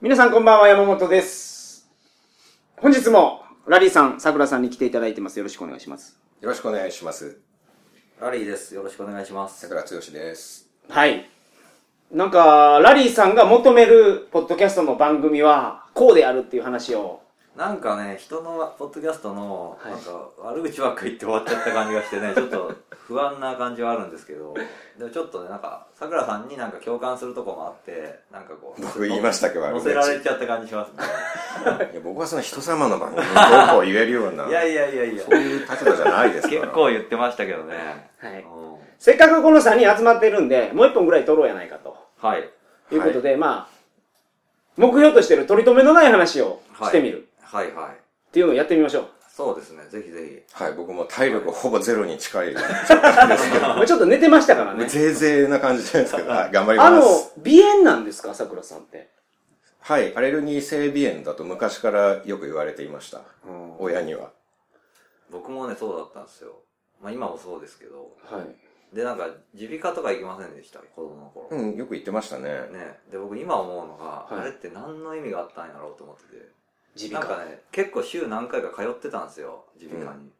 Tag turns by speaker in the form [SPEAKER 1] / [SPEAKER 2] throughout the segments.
[SPEAKER 1] 皆さんこんばんは、山本です。本日も、ラリーさん、桜さんに来ていただいてます。よろしくお願いします。
[SPEAKER 2] よろしくお願いします。
[SPEAKER 3] ラリーです。よろしくお願いします。
[SPEAKER 2] 桜剛です。
[SPEAKER 1] はい。なんか、ラリーさんが求める、ポッドキャストの番組は、こうであるっていう話を、
[SPEAKER 3] なんかね、人のポッドキャストの、
[SPEAKER 1] はい
[SPEAKER 3] なんか悪口ばっかり言って終わっちゃった感じがしてね、ちょっと不安な感じはあるんですけど、でもちょっとね、なんか、さくらさんになんか共感するとこもあって、なんかこう、
[SPEAKER 2] 僕言いましたけど悪
[SPEAKER 3] 乗
[SPEAKER 2] 口
[SPEAKER 3] せられちゃった感じしますね。
[SPEAKER 2] いや、僕はその人様の番組にどうこう言えるような、
[SPEAKER 3] いやいやいやいや、
[SPEAKER 2] そういう立場じゃないですから。
[SPEAKER 3] 結構言ってましたけどね。
[SPEAKER 1] はい
[SPEAKER 3] うん
[SPEAKER 1] せっかくこの3人集まってるんで、もう一本ぐらい撮ろうやないかと。
[SPEAKER 3] はい。
[SPEAKER 1] いうことで、まあ、目標としてる取り留めのない話を
[SPEAKER 3] はい
[SPEAKER 1] してみる。
[SPEAKER 3] はいはい。
[SPEAKER 1] っていうのをやってみましょう。
[SPEAKER 3] そうですね、ぜひぜ
[SPEAKER 2] はい、僕も体力ほぼゼロに近い、
[SPEAKER 1] まあちょっと寝てましたからね。
[SPEAKER 2] ぜいぜいな感じじゃないですけど、はい、頑張り
[SPEAKER 1] あ
[SPEAKER 2] ま
[SPEAKER 1] の
[SPEAKER 2] す。、
[SPEAKER 1] 鼻炎なんですか、桜さんって。
[SPEAKER 2] はい、アレルギー性鼻炎だと昔からよく言われていました。
[SPEAKER 3] ひ。うん
[SPEAKER 2] 親には。
[SPEAKER 3] 僕もね、そうだったんですよ。まあ今もそうですけど。
[SPEAKER 1] はい。
[SPEAKER 3] で、なんか、耳鼻科とか行きませんでした、子供の頃。
[SPEAKER 2] うん、よく言ってましたね。
[SPEAKER 3] ね、で僕今思うのが、
[SPEAKER 1] い
[SPEAKER 3] あれって何の意味があったんやろうと思ってて
[SPEAKER 1] 耳
[SPEAKER 3] なん
[SPEAKER 1] 鼻科。
[SPEAKER 3] かね結構週何回か通ってたんですよ耳鼻科に、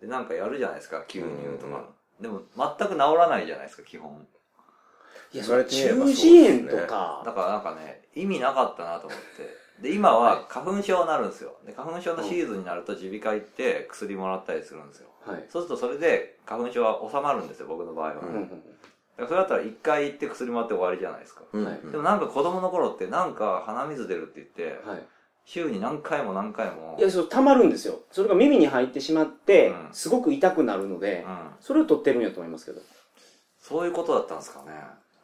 [SPEAKER 3] でなんかやるじゃないですか吸入とか、でも全く治らないじゃないですか基本
[SPEAKER 1] いや、
[SPEAKER 2] 言われてみればそう
[SPEAKER 1] 中
[SPEAKER 2] ですね
[SPEAKER 1] 耳炎とか。
[SPEAKER 3] だからなんかね意味なかったなと思ってで今は花粉症になるんですよで花粉症のシーズンになると耳鼻科行って薬もらったりするんですよ
[SPEAKER 1] はい。
[SPEAKER 3] そうするとそれで花粉症は治まるんですよ僕の場合は、
[SPEAKER 2] う
[SPEAKER 1] うんんう
[SPEAKER 3] だか
[SPEAKER 1] ん
[SPEAKER 3] らそれだったら1回行って薬もらって終わりじゃないですか
[SPEAKER 2] うん、
[SPEAKER 1] はい
[SPEAKER 3] でもなんか子供の頃ってなんか鼻水出るって言って
[SPEAKER 1] うん、はい。
[SPEAKER 3] 週に何回も何回も
[SPEAKER 1] いや、そう、溜まるんですよ。それが耳に入ってしまって、
[SPEAKER 3] うん
[SPEAKER 1] すごく痛くなるので、
[SPEAKER 3] うん、
[SPEAKER 1] それを取ってるんやと思いますけど。
[SPEAKER 3] そういうことだったんですかね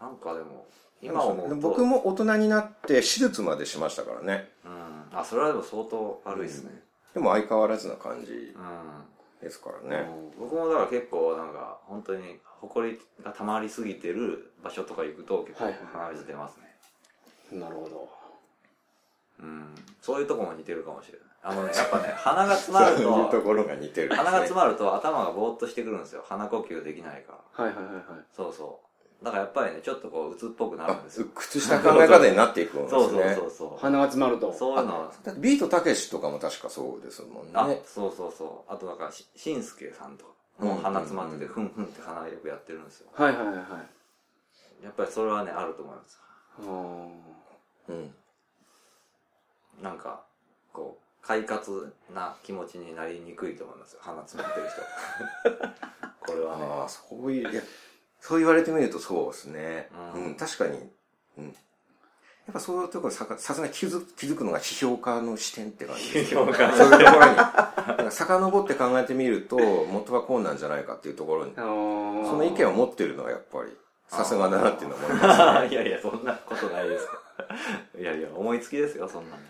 [SPEAKER 3] なんかでも今思うと
[SPEAKER 2] 僕も大人になって手術までしましたからね。
[SPEAKER 3] うん、あそれはでも相当悪いですね、
[SPEAKER 2] でも相変わらずな感じ
[SPEAKER 3] うん
[SPEAKER 2] ですからね。
[SPEAKER 3] うん僕もだから結構なんか本当に埃が溜まりすぎてる場所とか行くと結構
[SPEAKER 1] はいはい
[SPEAKER 3] 鼻水出ますね、
[SPEAKER 1] なるほど。
[SPEAKER 3] うん、そういうとこも似てるかもしれないあのねやっぱね鼻が詰
[SPEAKER 2] そう
[SPEAKER 3] まる
[SPEAKER 2] いうと
[SPEAKER 3] と
[SPEAKER 2] ころが似てるんですね
[SPEAKER 3] 鼻が詰まると頭がぼーっとしてくるんですよ鼻呼吸できないから
[SPEAKER 1] はいはいはいはい。
[SPEAKER 3] そうそうだからやっぱりねちょっとこう鬱っぽくなるんですよ
[SPEAKER 2] 靴下考え方になっていくもんですね
[SPEAKER 3] そうそうそうそう
[SPEAKER 1] 鼻が詰まると。
[SPEAKER 3] そういうのは
[SPEAKER 2] だってビートたけしとかも確かそうですもん
[SPEAKER 3] あ、
[SPEAKER 2] ね
[SPEAKER 3] そうそうそうあとだからししんすけさんとか
[SPEAKER 2] うん
[SPEAKER 3] もう鼻詰まってて
[SPEAKER 2] うん
[SPEAKER 3] ふんふんって鼻よくやってるんですよ
[SPEAKER 1] はいはいはいはい。あ
[SPEAKER 3] やっぱりそれはねあると思います
[SPEAKER 1] ー
[SPEAKER 2] うん
[SPEAKER 3] なんかこう快活な気持ちになりにくいと思いますよ鼻詰まってる 人これはね
[SPEAKER 2] ああそういういやそう言われてみるとそうですねう、
[SPEAKER 3] うんん
[SPEAKER 2] 確かにうんやっぱそういうところさかさすがに気づ気づくのが批評家の視点って感じですよね
[SPEAKER 3] 批評家の
[SPEAKER 2] そういうところになんか遡って考えてみると元はこうなんじゃないかっていうところに
[SPEAKER 1] あー
[SPEAKER 2] その意見を持ってるのはやっぱりさすがだなっていうのは思います
[SPEAKER 3] いやいやそんなことないですからいやいや思いつきですよそんなの、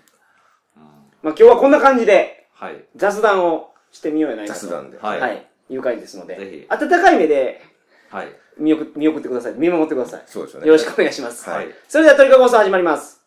[SPEAKER 3] うん、
[SPEAKER 1] まあ今日はこんな感じで
[SPEAKER 3] はい
[SPEAKER 1] 雑談をしてみようやないかと。
[SPEAKER 2] 雑談で、
[SPEAKER 3] はい
[SPEAKER 1] はい。いう回ですので。
[SPEAKER 3] ぜひ
[SPEAKER 1] 温かい目で
[SPEAKER 3] はい
[SPEAKER 1] 見送見送ってください。見守ってください。
[SPEAKER 2] そうですよね
[SPEAKER 1] よろしくお願いします。
[SPEAKER 2] はい
[SPEAKER 1] それではトリカゴ放送始まります。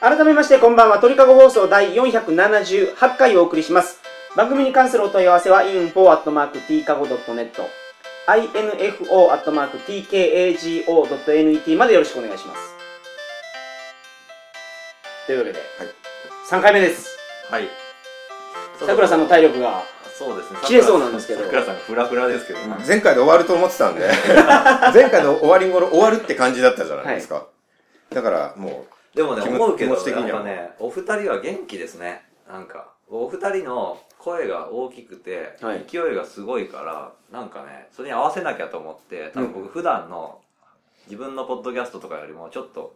[SPEAKER 1] 改めましてこんばんは鳥かご放送第478回お送りします番組に関するお問い合わせは info.tkago.net info.tkago.net までよろしくお願いしますというわけで、三3回目です
[SPEAKER 3] はい
[SPEAKER 1] さくらさんの体力が
[SPEAKER 3] そうですね
[SPEAKER 1] 切れそうなんですけど
[SPEAKER 3] さくらさんがフラフラですけど、ね
[SPEAKER 2] 前回で終わると思ってたん で前回の終わり頃終わるって感じだったじゃないですか、だからも
[SPEAKER 3] でもね、
[SPEAKER 2] 気持
[SPEAKER 3] 思うけど、
[SPEAKER 2] 気持ち的には
[SPEAKER 3] やっぱね、お二人は元気ですね。なんか、お二人の声が大きくて、
[SPEAKER 1] はい
[SPEAKER 3] 勢いがすごいから、なんかね、それに合わせなきゃと思って、多分僕普段の自分のポッドキャストとかよりも、ちょっと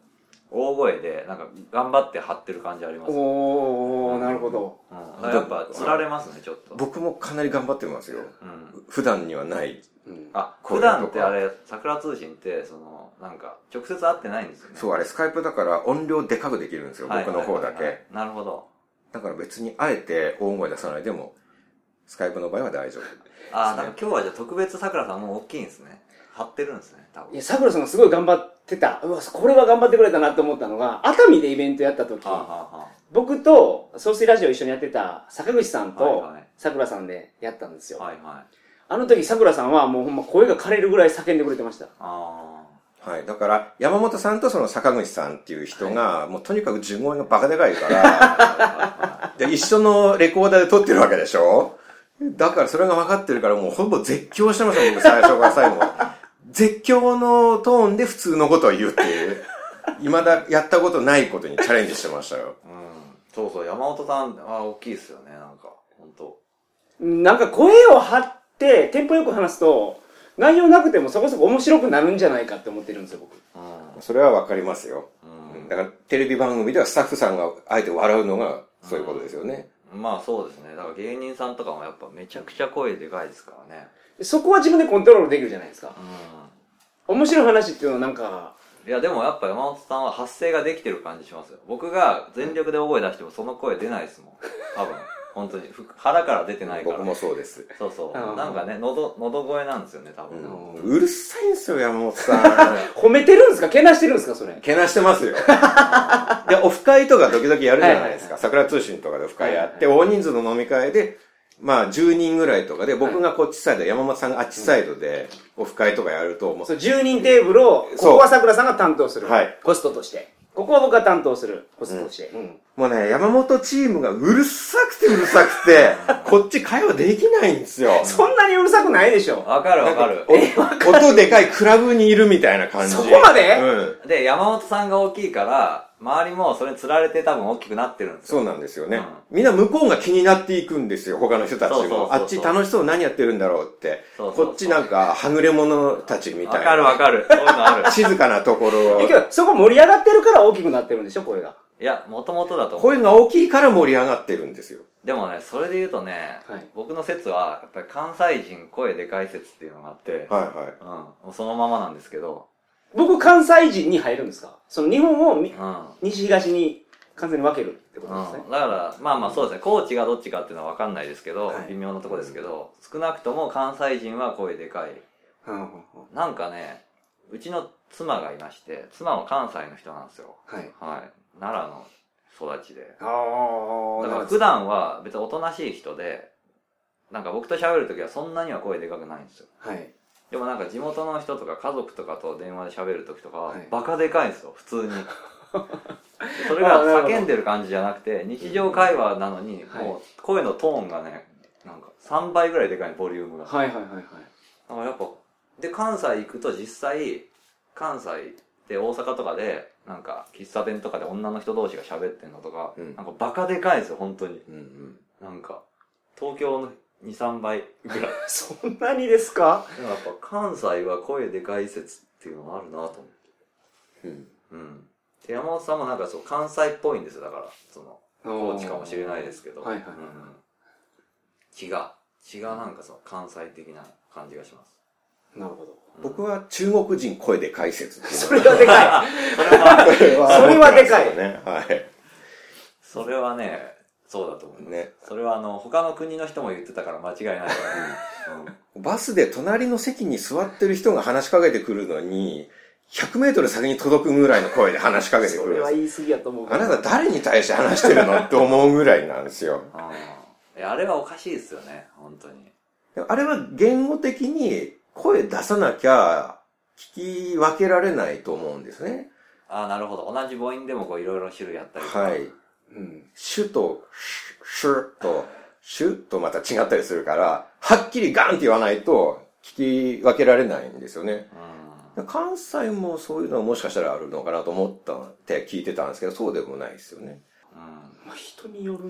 [SPEAKER 3] 大声で、なんか頑張って張ってる感じあります。うん
[SPEAKER 1] おおなるほど
[SPEAKER 3] だからやっぱ、つられますね、ちょっと。
[SPEAKER 2] う僕もかなり頑張ってますよ
[SPEAKER 3] うん。
[SPEAKER 2] 普段にはない
[SPEAKER 1] うん
[SPEAKER 3] あ、
[SPEAKER 2] こうい
[SPEAKER 3] 普
[SPEAKER 2] うとこ
[SPEAKER 3] 段ってあれ、桜通信って、その、なんか、直接会ってないんですよね。
[SPEAKER 2] そうあれスカイプだから音量でかくできるんですよ
[SPEAKER 3] はい
[SPEAKER 2] 僕の方だけ、
[SPEAKER 3] はいはいなるほど。
[SPEAKER 2] だから別にあえて大声出さないでもスカイプの場合は大丈夫
[SPEAKER 3] あー、なんか今日はじゃあ特別桜さんもう大きいんですね。張ってるんですね、多分
[SPEAKER 1] いやさくらさんがすごい頑張っってた、うわ、これは頑張ってくれたなと思ったのが、熱海でイベントやった時、
[SPEAKER 3] はあ、はあはあ、
[SPEAKER 1] 僕と、ソースラジオ一緒にやってた坂口さんと
[SPEAKER 3] はいはい、
[SPEAKER 1] さくらさんでやったんですよ。
[SPEAKER 3] はいはい。
[SPEAKER 1] あの時、さくらさんはもうほんま声が枯れるぐらい叫んでくれてました。
[SPEAKER 3] あ
[SPEAKER 2] はい。だから、山本さんとその坂口さんっていう人が、もうとにかく呪文がバカでかいから、
[SPEAKER 3] あ。は
[SPEAKER 2] で一緒のレコーダーで撮ってるわけでしょだからそれが分かってるから、もうほぼ絶叫してました、僕最初から最後まで。絶叫のトーンで普通のことを言うっていう。未だやったことないことにチャレンジしてましたよ。
[SPEAKER 3] いはいはいうん。そうそう、山本さんは大きいですよね、なんか。本当
[SPEAKER 1] なんか声を張って、テンポよく話すと、内容なくてもそこそこ面白くなるんじゃないかって思ってるんですよ、僕。
[SPEAKER 3] う
[SPEAKER 2] それは分かりますよ。
[SPEAKER 3] ん。
[SPEAKER 2] だからテレビ番組ではスタッフさんがあえて笑うのがそういうことですよね。
[SPEAKER 3] うん。まあそうですね。だから芸人さんとかもやっぱめちゃくちゃ声でかいですからね。
[SPEAKER 1] そこは自分でコントロールできるじゃないですか。
[SPEAKER 3] う
[SPEAKER 1] 面白い話っていうのはなんか、
[SPEAKER 3] ん。いやでもやっぱ山本さんは発声ができてる感じしますよ。僕が全力で大声出してもその声出ないですもん。多分。本当に。ふ腹から出てないから。
[SPEAKER 2] 僕もそうです。
[SPEAKER 3] そうそう。
[SPEAKER 1] あー
[SPEAKER 3] なんかね、喉、喉声なんですよね、多分。
[SPEAKER 2] うんうるさいんですよ、山本さん。
[SPEAKER 1] 褒めてるんですかけなしてるんですかそれ。
[SPEAKER 2] けなしてますよ。で、オフ会とか時々やるじゃないですか。
[SPEAKER 1] は
[SPEAKER 2] 桜通信とかでオフ会やって、大人数の飲み会で、まあ10人ぐらいとかで、僕がこっちサイド、山本さんがあっちサイドで、オフ会とかやると、もう
[SPEAKER 1] そう、10人テーブルを、こ
[SPEAKER 2] そう
[SPEAKER 1] こは桜さんが担当する。
[SPEAKER 2] はい
[SPEAKER 1] ホストとして。ここは僕が担当する。ホストとして。うん。
[SPEAKER 2] もうね、山本チームがうるさくてうるさくて、 こっち会話できないんですよ。
[SPEAKER 1] そんなにうるさくないでしょ。
[SPEAKER 3] わか るわかる。
[SPEAKER 2] お音でかいクラブにいるみたいな感じ。
[SPEAKER 1] そこまで
[SPEAKER 2] うん。
[SPEAKER 3] で、山本さんが大きいから、周りもそれに釣られて多分大きくなってるんですよ。
[SPEAKER 2] そうなんですよね、
[SPEAKER 3] うん
[SPEAKER 2] みんな向こうが気になっていくんですよ、他の人たちも。
[SPEAKER 3] そうそうそうそう
[SPEAKER 2] あっち楽しそう何やってるんだろうって。
[SPEAKER 3] そうそうそう
[SPEAKER 2] こっちなんか、はぐれ者たちみたいな。。
[SPEAKER 3] わかるわかる。そういうのあ る
[SPEAKER 2] 静かなところ
[SPEAKER 1] え、けど、そこ盛り上がってるから大きくなってるんでしょ声が。
[SPEAKER 3] いや、もともとだと思う。
[SPEAKER 2] 声が大きいから盛り上がってるんですよ。
[SPEAKER 3] でもね、それで言うとね、
[SPEAKER 1] はい
[SPEAKER 3] 僕の説は、やっぱり関西人声でかい説っていうのがあって、
[SPEAKER 2] はいはい。
[SPEAKER 3] うん、もうそのままなんですけど、
[SPEAKER 1] 僕、関西人に入るんですかその日本をみ
[SPEAKER 3] うん。うん
[SPEAKER 1] 西東に完全に分けるってこ
[SPEAKER 3] だ
[SPEAKER 1] とですね。
[SPEAKER 3] から、まあまあそうですね、高知がどっちかっていうのはわかんないですけど、
[SPEAKER 1] はい
[SPEAKER 3] 微妙なとこですけど、少なくとも関西人は声でかい。
[SPEAKER 1] うんうんうん
[SPEAKER 3] なんかね、うちの妻がいまして、妻は関西の人なんですよ。
[SPEAKER 1] はい。
[SPEAKER 3] はい。奈良の育ちで。
[SPEAKER 1] あ
[SPEAKER 3] だから
[SPEAKER 1] あ、
[SPEAKER 3] 普段は別におとなしい人で、なんか僕と喋るときはそんなには声でかくないんですよ。
[SPEAKER 1] はい。
[SPEAKER 3] でもなんか地元の人とか家族とかと電話で喋るときとかは
[SPEAKER 1] はい
[SPEAKER 3] バカでかいんですよ、普 通に。それ
[SPEAKER 1] あ
[SPEAKER 3] が
[SPEAKER 1] ーなるほど
[SPEAKER 3] 叫んでる感じじゃなくて、日常会話なのに、
[SPEAKER 1] はい
[SPEAKER 3] もう声のトーンがね、なんか3倍ぐらいでかいボリュームが。だか
[SPEAKER 1] はいはいはいはい。
[SPEAKER 3] らやっぱ、で、関西行くと実際、関西で大阪とかで、なんか喫茶店とかで女の人同士が喋ってんのとか、
[SPEAKER 2] うん
[SPEAKER 3] なんかバカでかいんですよ、本当に。
[SPEAKER 2] うんうん。
[SPEAKER 3] なんか、東京の2、3倍ぐらい。
[SPEAKER 1] そんなにですか
[SPEAKER 3] でもやっぱ関西は声でかい説っていうのがあるなと思って。
[SPEAKER 2] うん
[SPEAKER 3] うん。で山本さんもなんかそう、関西っぽいんですよ、だから。その、高知かもしれないですけど。
[SPEAKER 1] はいはいはい
[SPEAKER 3] うん気が、気がなんかその関西的な感じがします。
[SPEAKER 1] なるほど。
[SPEAKER 2] 僕は中国人声で解説っていう
[SPEAKER 1] それがでかい。
[SPEAKER 2] それは
[SPEAKER 1] それはでかい
[SPEAKER 2] 思ってますよね。
[SPEAKER 3] それはね、そうだと思います。
[SPEAKER 2] ね
[SPEAKER 3] それはあの、他の国の人も言ってたから間違いないと思う。
[SPEAKER 2] はい。バスで隣の席に座ってる人が話しかけてくるのに、100メートル先に届くぐらいの声で話しかけてく
[SPEAKER 1] そ
[SPEAKER 2] るん
[SPEAKER 1] れ
[SPEAKER 2] ですよ
[SPEAKER 1] は言い過ぎやと思うけど。
[SPEAKER 2] あなた誰に対して話してるのって思うぐらいなんですよ。
[SPEAKER 3] うんうんいやあれはおかしいですよね、本当に。
[SPEAKER 2] でもあれは言語的に声出さなきゃ聞き分けられないと思うんですね。
[SPEAKER 3] ああ、なるほど。同じ母音でもこういろいろ種類あったりとか。
[SPEAKER 2] はい。
[SPEAKER 1] うん。
[SPEAKER 2] 主とシュシュと主とまた違ったりするから、はっきりガンって言わないと聞き分けられないんですよね。
[SPEAKER 3] う
[SPEAKER 2] 関西もそういうのはもしかしたらあるのかなと思ったって聞いてたんですけど、そうでもないですよね。
[SPEAKER 3] ん。うん。
[SPEAKER 1] まあ、人による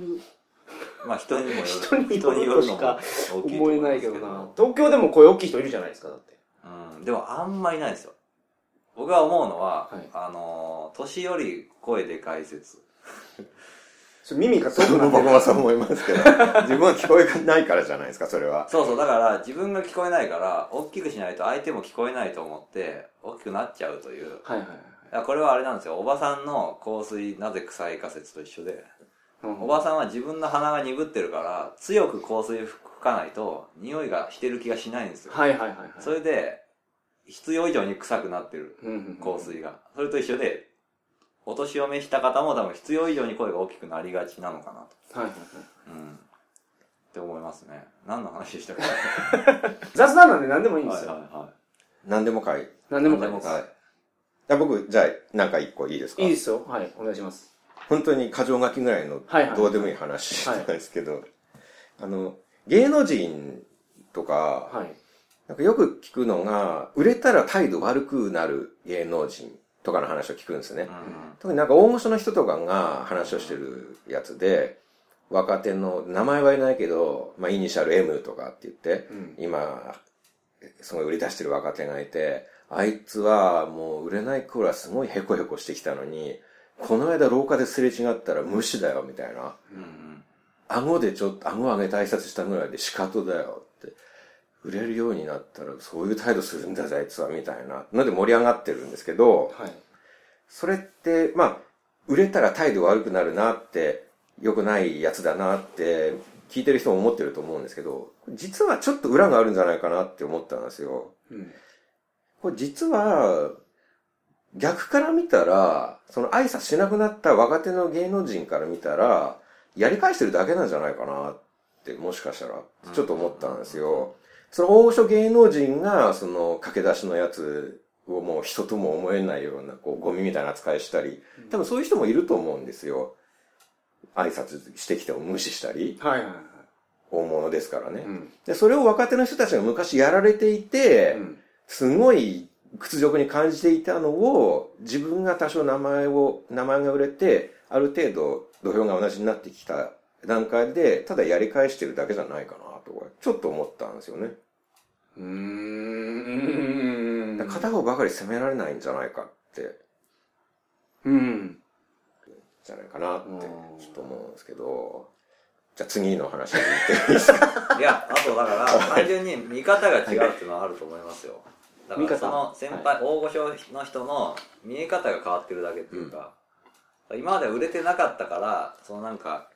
[SPEAKER 3] まあ人にもよる。
[SPEAKER 1] 人によるとしか
[SPEAKER 3] 人によるのも大きいと
[SPEAKER 1] 思
[SPEAKER 3] 思
[SPEAKER 1] え
[SPEAKER 3] いま
[SPEAKER 1] な
[SPEAKER 3] す
[SPEAKER 1] いけどな。東京でも声大きい人いるじゃないですか、だって。
[SPEAKER 3] うん。でもあんまいないですよ。僕が思うのは、
[SPEAKER 1] はい
[SPEAKER 3] あのー年より声で解説。
[SPEAKER 1] それ耳が遠くなっ
[SPEAKER 2] 僕
[SPEAKER 1] てる。
[SPEAKER 2] もそう思いますけ ど、自分は聞こえがないからじゃないですか、それは。
[SPEAKER 3] そうそう、だから自分が聞こえないから、大きくしないと相手も聞こえないと思って、大きくなっちゃうという。
[SPEAKER 1] はいはいはい。
[SPEAKER 3] いやこれはあれなんですよ。おばさんの香水なぜ臭いか説と一緒で。
[SPEAKER 1] うん
[SPEAKER 3] おばさんは自分の鼻が鈍ってるから、強く香水吹かないと、匂いがしてる気がしないんですよ。
[SPEAKER 1] はいはいはいはい。
[SPEAKER 3] それで、必要以上に臭くなってる、
[SPEAKER 2] うんうん
[SPEAKER 3] 香水が。それと一緒で、お年を召した方も多分必要以上に声が大きくなりがちなのかなと。
[SPEAKER 2] はいはいはい
[SPEAKER 3] うん。って思いますね。何の話でしたか
[SPEAKER 1] 雑談なんで何でもいいんで
[SPEAKER 3] はい
[SPEAKER 1] すよ。
[SPEAKER 3] は
[SPEAKER 2] 何でもかい
[SPEAKER 1] 何でもかいいで
[SPEAKER 3] 何でもかい
[SPEAKER 1] す。
[SPEAKER 2] じゃあ僕じゃあなんか一個いいですか
[SPEAKER 1] いいですよ。はい、お願いします。
[SPEAKER 2] 本当に箇条書きぐらいの
[SPEAKER 1] はいはい
[SPEAKER 2] どうでもいい話なんですけど、あの芸能人とか、
[SPEAKER 1] はい。
[SPEAKER 2] なんかよく聞くのが売れたら態度悪くなる芸能人とかの話を聞くんですね、
[SPEAKER 3] いはい。うん
[SPEAKER 2] 特になんか大御所の人とかが話をしてるやつで、若手の、名前は言えないけど、まあ、イニシャル M とかって言って、
[SPEAKER 1] うん
[SPEAKER 2] 今、すごい売り出してる若手がいて、あいつはもう売れない頃はすごいヘコヘコしてきたのに、この間廊下ですれ違ったら無視だよ、みたいな。
[SPEAKER 3] うんうん。
[SPEAKER 2] 顎でちょっと、顎上げて挨拶したぐらいで仕方だよって。売れるようになったらそういう態度するんだぜ、あいつは、みたいな。ので盛り上がってるんですけど、
[SPEAKER 1] はい。
[SPEAKER 2] それって、まあ、売れたら態度悪くなるなって、良くないやつだなって、聞いてる人も思ってると思うんですけど、実はちょっと裏があるんじゃないかなって思ったんですよ。
[SPEAKER 1] うん。
[SPEAKER 2] これ実は、逆から見たら、その挨拶しなくなった若手の芸能人から見たら、やり返してるだけなんじゃないかなって、もしかしたら、ちょっと思ったんですよ。その大御所芸能人が、その駆け出しのやつをもう人とも思えないような、こう、ゴミみたいな扱いしたり、多分そういう人もいると思うんですよ。挨拶してきても無視したり、
[SPEAKER 1] はいはいは
[SPEAKER 2] 大物ですから
[SPEAKER 1] い。
[SPEAKER 2] ね
[SPEAKER 1] う。ん。
[SPEAKER 2] で、それを若手の人たちが昔やられていて、
[SPEAKER 1] うん
[SPEAKER 2] すごい屈辱に感じていたのを、自分が多少名前を、名前が売れて、ある程度土俵が同じになってきた段階で、ただやり返してるだけじゃないかなとか、ちょっと思ったんですよね。
[SPEAKER 1] うーん。
[SPEAKER 2] だから片方ばかり責められないんじゃないかって、
[SPEAKER 1] うん。
[SPEAKER 2] じゃないかなって
[SPEAKER 1] うん、
[SPEAKER 2] ちょっと思うんですけど、じゃあ次の 話に行って。
[SPEAKER 3] いや、あとだから、単純に見方が違うっていうのはあると思いますよ。だか
[SPEAKER 1] 見方
[SPEAKER 3] ら、その先輩、大御所の人の見え方が変わってるだけっていうか、今までは売れてなかったから、そのなんか、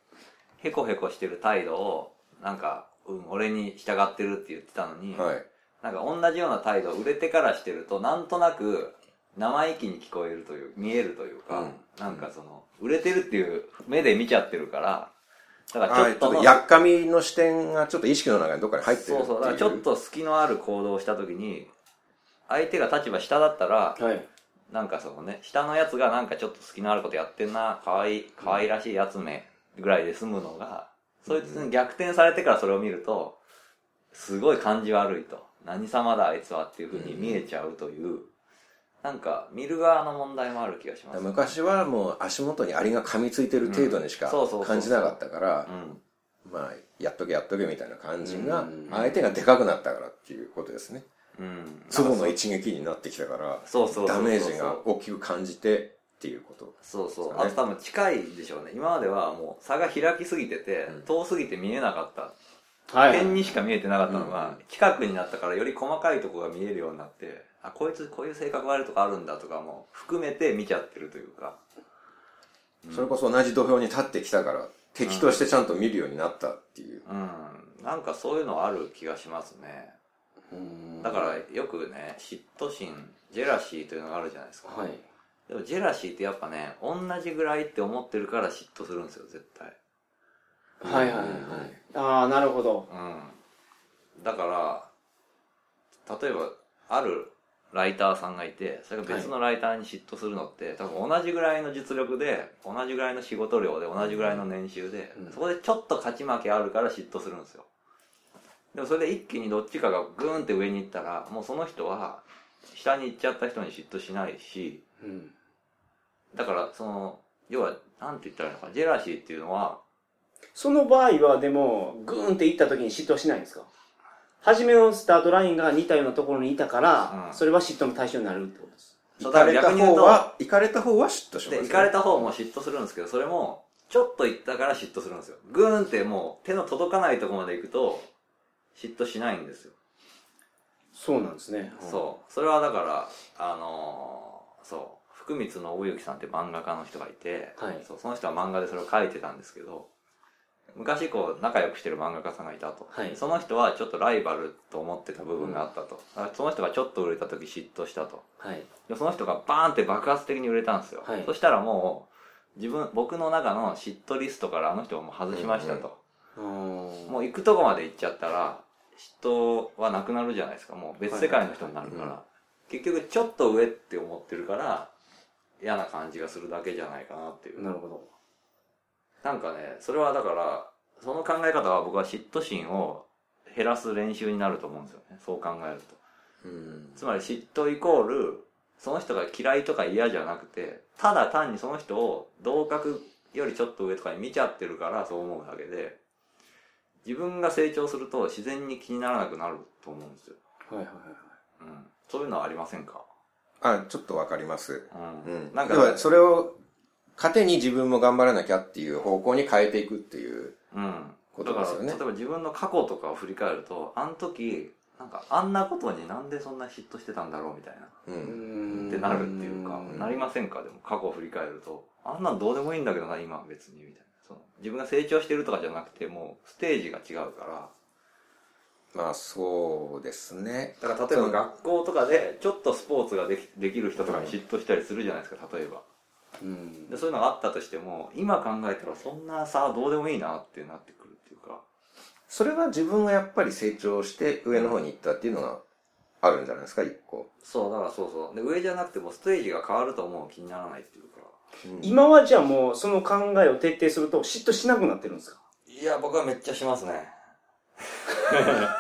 [SPEAKER 3] へこへこしてる態度を、なんか、うん、俺に従ってるって言ってたのに、
[SPEAKER 2] はい。
[SPEAKER 3] なんか同じような態度を売れてからしてると、なんとなく、生意気に聞こえるという、見えるというか、
[SPEAKER 2] うん
[SPEAKER 3] なんかその、売れてるっていう目で見ちゃってるから、だから
[SPEAKER 2] は
[SPEAKER 3] ちょ
[SPEAKER 2] い
[SPEAKER 3] っ
[SPEAKER 2] ちょ
[SPEAKER 3] と
[SPEAKER 2] っ
[SPEAKER 3] の
[SPEAKER 2] と、やっかみの視点がちょっと意識の中にどっかに入ってるってい
[SPEAKER 3] そ
[SPEAKER 2] う。
[SPEAKER 3] うそうだからちょっと隙のある行動をした時に相手が立場下だったら
[SPEAKER 1] はい。
[SPEAKER 3] なんかそのね下のやつがなんかちょっと隙のあることやってんな可愛い可愛らしいやつめぐらいで済むのがそいつに逆転されてからそれを見るとすごい感じ悪いと何様だあいつはっていうふうに見えちゃうという、なんか見る側の問題もある気がします、うん、
[SPEAKER 2] 昔はもう足元にアリが噛みついてる程度にしか
[SPEAKER 3] うんそうそうそう
[SPEAKER 2] 感じなかったから、まあ、やっとけやっとけみたいな感じが
[SPEAKER 1] うん、
[SPEAKER 2] 相手がでかくなったからっていうことですね。
[SPEAKER 3] うん、
[SPEAKER 2] 祖母の
[SPEAKER 3] なんか
[SPEAKER 2] 一撃になってきたから、
[SPEAKER 3] そうそうそうそう
[SPEAKER 2] ダメージが大きく感じてっていうこと。
[SPEAKER 3] そうそう、
[SPEAKER 2] ですよ
[SPEAKER 3] あ
[SPEAKER 2] ね
[SPEAKER 3] と多分近いでしょうね今まではもう差が開きすぎてて、
[SPEAKER 2] うん
[SPEAKER 3] 遠すぎて見えなかった
[SPEAKER 1] はい。
[SPEAKER 3] 点にしか見えてなかったのが、
[SPEAKER 2] うん
[SPEAKER 3] 近くになったからより細かいとこが見えるようになってあこいつこういう性格悪いとかあるんだとかも含めて見ちゃってるというか
[SPEAKER 2] それこそ同じ土俵に立ってきたから、敵としてちゃんと見るようになったっていう。
[SPEAKER 3] うんなんかそういうのはある気がしますね
[SPEAKER 1] うん
[SPEAKER 3] だからよくね嫉妬心ジェラシーというのがあるじゃないですか、
[SPEAKER 1] はい。
[SPEAKER 3] でもジェラシーってやっぱね同じぐらいって思ってるから嫉妬するんですよ絶対
[SPEAKER 1] はいはいはいはい。ああ、なるほど。
[SPEAKER 3] うん、だから例えばあるライターさんがいてそれが別のライターに嫉妬するのって、多分同じぐらいの実力で同じぐらいの仕事量で同じぐらいの年収で、
[SPEAKER 1] うん
[SPEAKER 3] そこでちょっと勝ち負けあるから嫉妬するんですよでもそれで一気にどっちかがグーンって上に行ったらもうその人は下に行っちゃった人に嫉妬しないし
[SPEAKER 1] うん。
[SPEAKER 3] だからその要は何て言ったらいいのかなジェラシーっていうのは
[SPEAKER 1] その場合は、でも、グーンって行った時に嫉妬はしないんですか初めのスタートラインが似たようなところにいたから、
[SPEAKER 3] うん
[SPEAKER 1] それは嫉妬の対象になるってことです。
[SPEAKER 2] 行
[SPEAKER 3] そうだ
[SPEAKER 2] か
[SPEAKER 3] から
[SPEAKER 2] れた
[SPEAKER 3] 逆に言う
[SPEAKER 2] 方
[SPEAKER 3] と
[SPEAKER 2] は、行かれた方は嫉妬します
[SPEAKER 3] で、
[SPEAKER 2] よ
[SPEAKER 3] 行かれた方も嫉妬するんですけど、それも、ちょっと行ったから嫉妬するんですよ。ぐーんってもう、手の届かないとこまで行くと、嫉妬しないんですよ。
[SPEAKER 1] そうなんですね。
[SPEAKER 3] そう。それはだから、あのーそう。福光の大雪さんって漫画家の人がいて、
[SPEAKER 1] はい
[SPEAKER 3] そうその人は漫画でそれを書いてたんですけど、昔こう仲良くしてる漫画家さんがいたと、
[SPEAKER 1] はい
[SPEAKER 3] その人はちょっとライバルと思ってた部分があったと、だからその人がちょっと売れた時嫉妬したと
[SPEAKER 1] はい。
[SPEAKER 3] でその人がバーンって爆発的に売れたんですよ、
[SPEAKER 1] はい
[SPEAKER 3] そしたらもう自分僕の中の嫉妬リストからあの人をもう外しましたと、
[SPEAKER 1] うーん
[SPEAKER 3] もう行くとこまで行っちゃったら嫉妬はなくなるじゃないですかもう別世界の人になるから、
[SPEAKER 2] はいはい
[SPEAKER 3] 結局ちょっと上って思ってるから嫌な感じがするだけじゃないかなっていう
[SPEAKER 1] なるほど。
[SPEAKER 3] なんかね、それはだから、その考え方は僕は嫉妬心を減らす練習になると思うんですよね。そう考える
[SPEAKER 2] う
[SPEAKER 3] と。
[SPEAKER 2] ん。
[SPEAKER 3] つまり嫉妬イコール、その人が嫌いとか嫌じゃなくて、ただ単にその人を同格よりちょっと上とかに見ちゃってるからそう思うだけで、自分が成長すると自然に気にならなくなると思うんですよ。
[SPEAKER 1] はいはいはい。
[SPEAKER 3] うん。そういうのはありませんか
[SPEAKER 2] あ、ちょっとわかります。
[SPEAKER 3] うん。
[SPEAKER 2] うん。な
[SPEAKER 3] な
[SPEAKER 2] んん
[SPEAKER 3] か、
[SPEAKER 2] か、それを、糧に自分も頑張らなきゃっていう方向に変えていくっていう。
[SPEAKER 3] うん。
[SPEAKER 2] ことですよね
[SPEAKER 3] だから、例えば自分の過去とかを振り返ると、あの時、なんか、あんなことになんでそんな嫉妬してたんだろうみたいな。
[SPEAKER 2] う。
[SPEAKER 1] うんーん
[SPEAKER 3] ってなるっていうか、
[SPEAKER 2] うん
[SPEAKER 3] なりませんかでも、過去を振り返ると。あんなんどうでもいいんだけどな、今は別に、みたいな。その自分が成長してるとかじゃなくて、もう、ステージが違うから。
[SPEAKER 2] まあ、そうですね。
[SPEAKER 3] だから、例えば
[SPEAKER 2] そう
[SPEAKER 3] 学校とかで、ちょっとスポーツができできる人とかに嫉妬したりするじゃないですか、例えば。
[SPEAKER 1] うん
[SPEAKER 3] で、そういうのがあったとしても、今考えたらそんなさ、どうでもいいなってなってくるっていうか。
[SPEAKER 2] それは自分がやっぱり成長して上の方に行ったっていうのがあるんじゃないですか、一個。
[SPEAKER 3] そう、だからそうそう。で、上じゃなくてもステージが変わるともう気にならないっていうか。
[SPEAKER 1] 今はじゃあもうその考えを徹底すると嫉妬しなくなってるんですか
[SPEAKER 3] いや、僕はめっちゃしますね。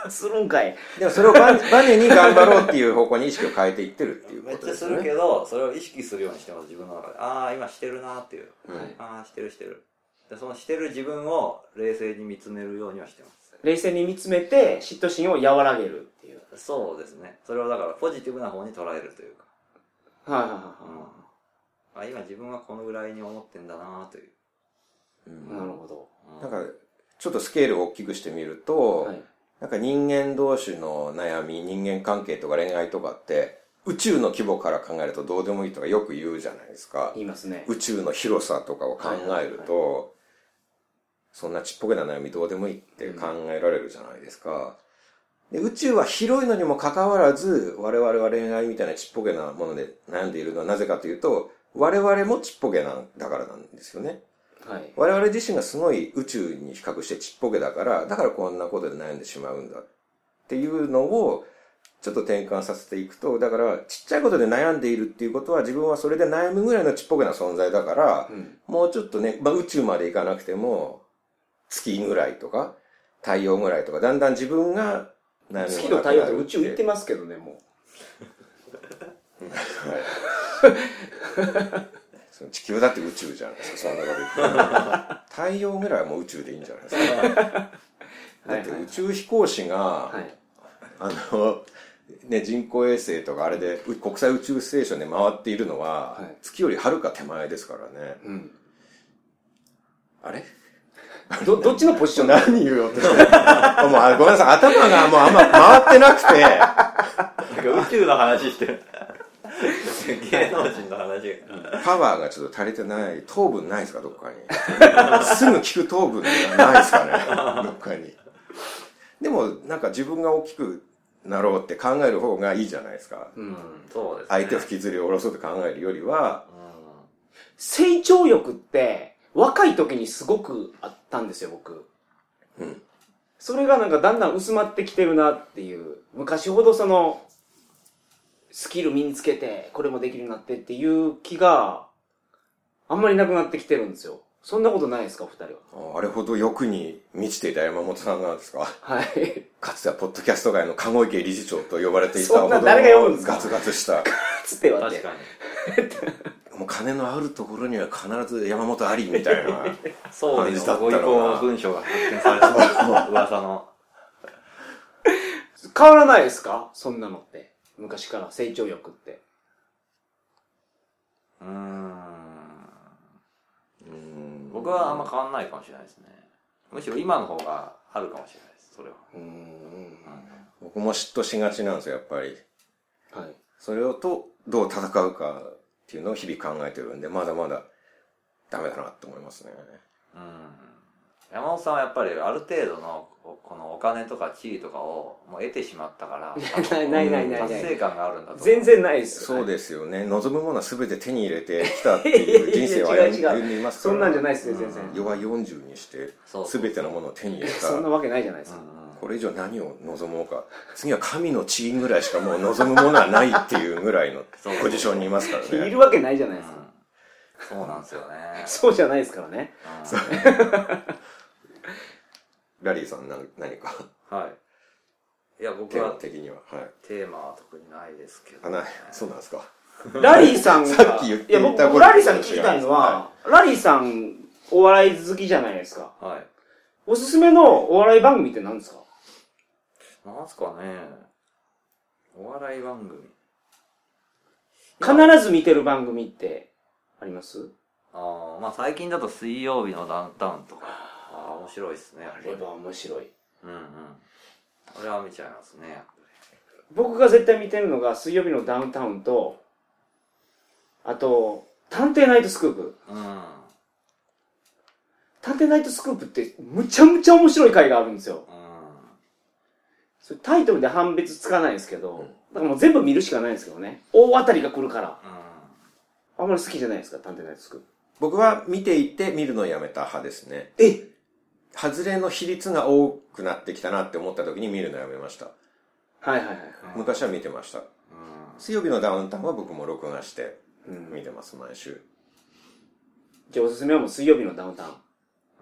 [SPEAKER 1] するんかい。
[SPEAKER 2] でもそれをバネ バネに頑張ろうっていう方向に意識を変えていってるっていう
[SPEAKER 3] め
[SPEAKER 2] こ
[SPEAKER 3] っ
[SPEAKER 2] と
[SPEAKER 3] ちゃ
[SPEAKER 2] ですすよ
[SPEAKER 3] るけ
[SPEAKER 2] ね。
[SPEAKER 3] ど、それを意識するようにしてます、自分の中で。ああ、今してるなーっていう。
[SPEAKER 2] うん
[SPEAKER 3] ああ、してるしてる。で、そのしてる自分を冷静に見つめるようにはしてます。
[SPEAKER 1] 冷静に見つめて嫉妬心を和らげるっていう。
[SPEAKER 3] そうですね。それをだからポジティブな方に捉えるというか。
[SPEAKER 1] はいは
[SPEAKER 3] うん。あ今自分はこのぐらいに思ってんだなーという。
[SPEAKER 2] うん
[SPEAKER 1] いはい。なるほど。
[SPEAKER 3] うん
[SPEAKER 2] なんか、ちょっとスケールを大きくしてみると、
[SPEAKER 1] はい。
[SPEAKER 2] なんか人間同士の悩み、人間関係とか恋愛とかって、宇宙の規模から考えるとどうでもいいとかよく言うじゃないですか。
[SPEAKER 1] 言いますね。
[SPEAKER 2] 宇宙の広さとかを考えると、そんなちっぽけな悩みどうでもいいって考えられるじゃないですか。で宇宙は広いのにもかかわらず、我々は恋愛みたいなちっぽけなもので悩んでいるのはなぜかというと、我々もちっぽけなんだからなんですよね。
[SPEAKER 1] はい。
[SPEAKER 2] 我々自身がすごい宇宙に比較してちっぽけだから、だからこんなことで悩んでしまうんだっていうのを、ちょっと転換させていくと、だから、ちっちゃいことで悩んでいるっていうことは、自分はそれで悩むぐらいのちっぽけな存在だから、
[SPEAKER 1] うん。
[SPEAKER 2] もうちょっとね、まあ、宇宙まで行かなくても、月ぐらいとか、太陽ぐらいとか、だんだん自分が悩
[SPEAKER 1] 月
[SPEAKER 2] が
[SPEAKER 1] と
[SPEAKER 2] なく
[SPEAKER 1] 太
[SPEAKER 2] なる
[SPEAKER 1] 陽って宇宙行ってますけどね、も
[SPEAKER 2] その地球だって宇宙じゃないですか、そんな こと言って。太陽ぐらいはもう宇宙でいいんじゃないですか。
[SPEAKER 1] は
[SPEAKER 2] だ
[SPEAKER 1] い
[SPEAKER 2] って宇宙飛行士が、
[SPEAKER 1] う。はい。
[SPEAKER 2] あの、ね、人工衛星とかあれでう国際宇宙ステーションで回っているのは、
[SPEAKER 1] はい
[SPEAKER 2] 月よりはるか手前ですからね。
[SPEAKER 1] うん。
[SPEAKER 2] あれ
[SPEAKER 1] ど、 どっちのポジションだ
[SPEAKER 2] 何言おうとしてるもうあごめんなさい、頭がもうあんま回ってなくて。
[SPEAKER 3] なんか宇宙の話してる。 芸能人の話が。
[SPEAKER 2] パワーがちょっと足りてない、糖分ないですか、どっかに。すぐ効く糖分がないですか ね、どっかに。でも、なんか自分が大きくなろうって考える方がいいじゃないですか。
[SPEAKER 1] う。
[SPEAKER 3] うんん、そうです、ね。
[SPEAKER 2] 相手を引きずり下ろそうと考えるよりは、
[SPEAKER 3] うん。
[SPEAKER 1] 成長欲って、若い時にすごくあったんですよ、僕。
[SPEAKER 2] うん。
[SPEAKER 1] それがなんかだんだん薄まってきてるなっていう。昔ほどその、スキル身につけて、これもできるようになってっていう気が、あんまりなくなってきてるんですよ。そんなことないですか、お二人
[SPEAKER 2] ああれほど欲に満ちていた山本さんがですか、
[SPEAKER 1] は。はい。
[SPEAKER 2] かつてはポッドキャスト界の籠池理事長と呼ばれていた
[SPEAKER 1] そ
[SPEAKER 2] ほ
[SPEAKER 1] んな
[SPEAKER 2] ど
[SPEAKER 1] 誰が呼ぶんですか
[SPEAKER 2] ガツガツした、
[SPEAKER 1] つってはっ
[SPEAKER 3] 確
[SPEAKER 1] て。
[SPEAKER 3] かに。
[SPEAKER 2] もう金のあるところには必ず山本ありみたい な。
[SPEAKER 3] 総理のご意向の文書が発見されてま噂の。
[SPEAKER 1] 変わらないですかそんなのって。昔から成長欲って。
[SPEAKER 3] うーん。
[SPEAKER 2] うん
[SPEAKER 3] 僕はあんま変わんないかもしれないですね。むしろ今の方があるかもしれないです、それは。
[SPEAKER 1] うーん。
[SPEAKER 2] 僕も嫉妬しがちなんですよ、やっぱり。
[SPEAKER 1] はい。
[SPEAKER 2] それをとどう戦うかっていうのを日々考えてるんで、まだまだダメだなって思いますね。
[SPEAKER 3] うん。山本さんはやっぱりある程度のここのお金とか地位とかをもう得てしまったから
[SPEAKER 1] ないないないない
[SPEAKER 3] 達成感があるんだと思う
[SPEAKER 1] 全然ないですよ
[SPEAKER 2] そうですよね。望むものは全て手に入れてきたっていう人生を歩
[SPEAKER 1] いやいや違う違うん
[SPEAKER 2] でいますか
[SPEAKER 1] そ
[SPEAKER 2] ら。
[SPEAKER 1] んなんじゃないですね全然
[SPEAKER 2] うん弱い40にして
[SPEAKER 3] そう、そう
[SPEAKER 2] 全てのものを手に入れ
[SPEAKER 1] そんな
[SPEAKER 2] た。
[SPEAKER 1] わけないじゃないです
[SPEAKER 3] う
[SPEAKER 1] か、
[SPEAKER 3] んうん
[SPEAKER 2] これ以上何を望もうか。次は神の地位ぐらいしかもう望むものはないっていうぐらいの
[SPEAKER 3] そう
[SPEAKER 2] ポジションにいますから
[SPEAKER 1] い
[SPEAKER 2] ね
[SPEAKER 1] る。わけないじゃないですか、
[SPEAKER 3] うんそうなんですよね。
[SPEAKER 1] そうじゃないですからね
[SPEAKER 2] ラリーさんなん何か、
[SPEAKER 3] うんはい。いや、僕
[SPEAKER 2] テーマ
[SPEAKER 3] は
[SPEAKER 2] 的には。はい。
[SPEAKER 3] テーマは特にないですけど、
[SPEAKER 2] あ、ない。そうなんですか。
[SPEAKER 1] ラリー さんが
[SPEAKER 2] さっき言っていた
[SPEAKER 1] いや僕
[SPEAKER 2] こと
[SPEAKER 1] 僕ラリーさんに聞きたいのは、ラリーさんお笑い好きじゃないですか
[SPEAKER 3] はい。
[SPEAKER 1] おすすめのお笑い番組って何ですか
[SPEAKER 3] なんすかね。お笑い番組。
[SPEAKER 1] 必ず見てる番組ってあります
[SPEAKER 3] ああ、まあ最近だと水曜日のダウンタウンとか。ああ、面白いですね。やっ
[SPEAKER 1] あ
[SPEAKER 3] ぱり
[SPEAKER 1] れは面白い
[SPEAKER 3] うんうん。これは見ちゃいますね。やっぱ
[SPEAKER 1] 僕が絶対見てるのが水曜日のダウンタウンとあと探偵ナイトスクープ
[SPEAKER 3] りうん。
[SPEAKER 1] 探偵ナイトスクープってむちゃむちゃ面白い回があるんですよ
[SPEAKER 3] うん。
[SPEAKER 1] それタイトルで判別つかないですけど、だからもう全部見るしかないんですけどね大当たりが来るから
[SPEAKER 3] う
[SPEAKER 1] あんまり好きじゃないですか探偵ナイトスクープ
[SPEAKER 2] 僕は見ていて見るのをやめた派ですね。
[SPEAKER 1] え
[SPEAKER 2] 外れの比率が多くなってきたなって思った時に見るのをやめました。
[SPEAKER 1] はいはいはい
[SPEAKER 3] ん。うん。
[SPEAKER 2] 昔は見てました。水曜日のダウンタウンは僕も録画して見てます、毎週。
[SPEAKER 1] じゃあおすすめはもう水曜日のダウンタ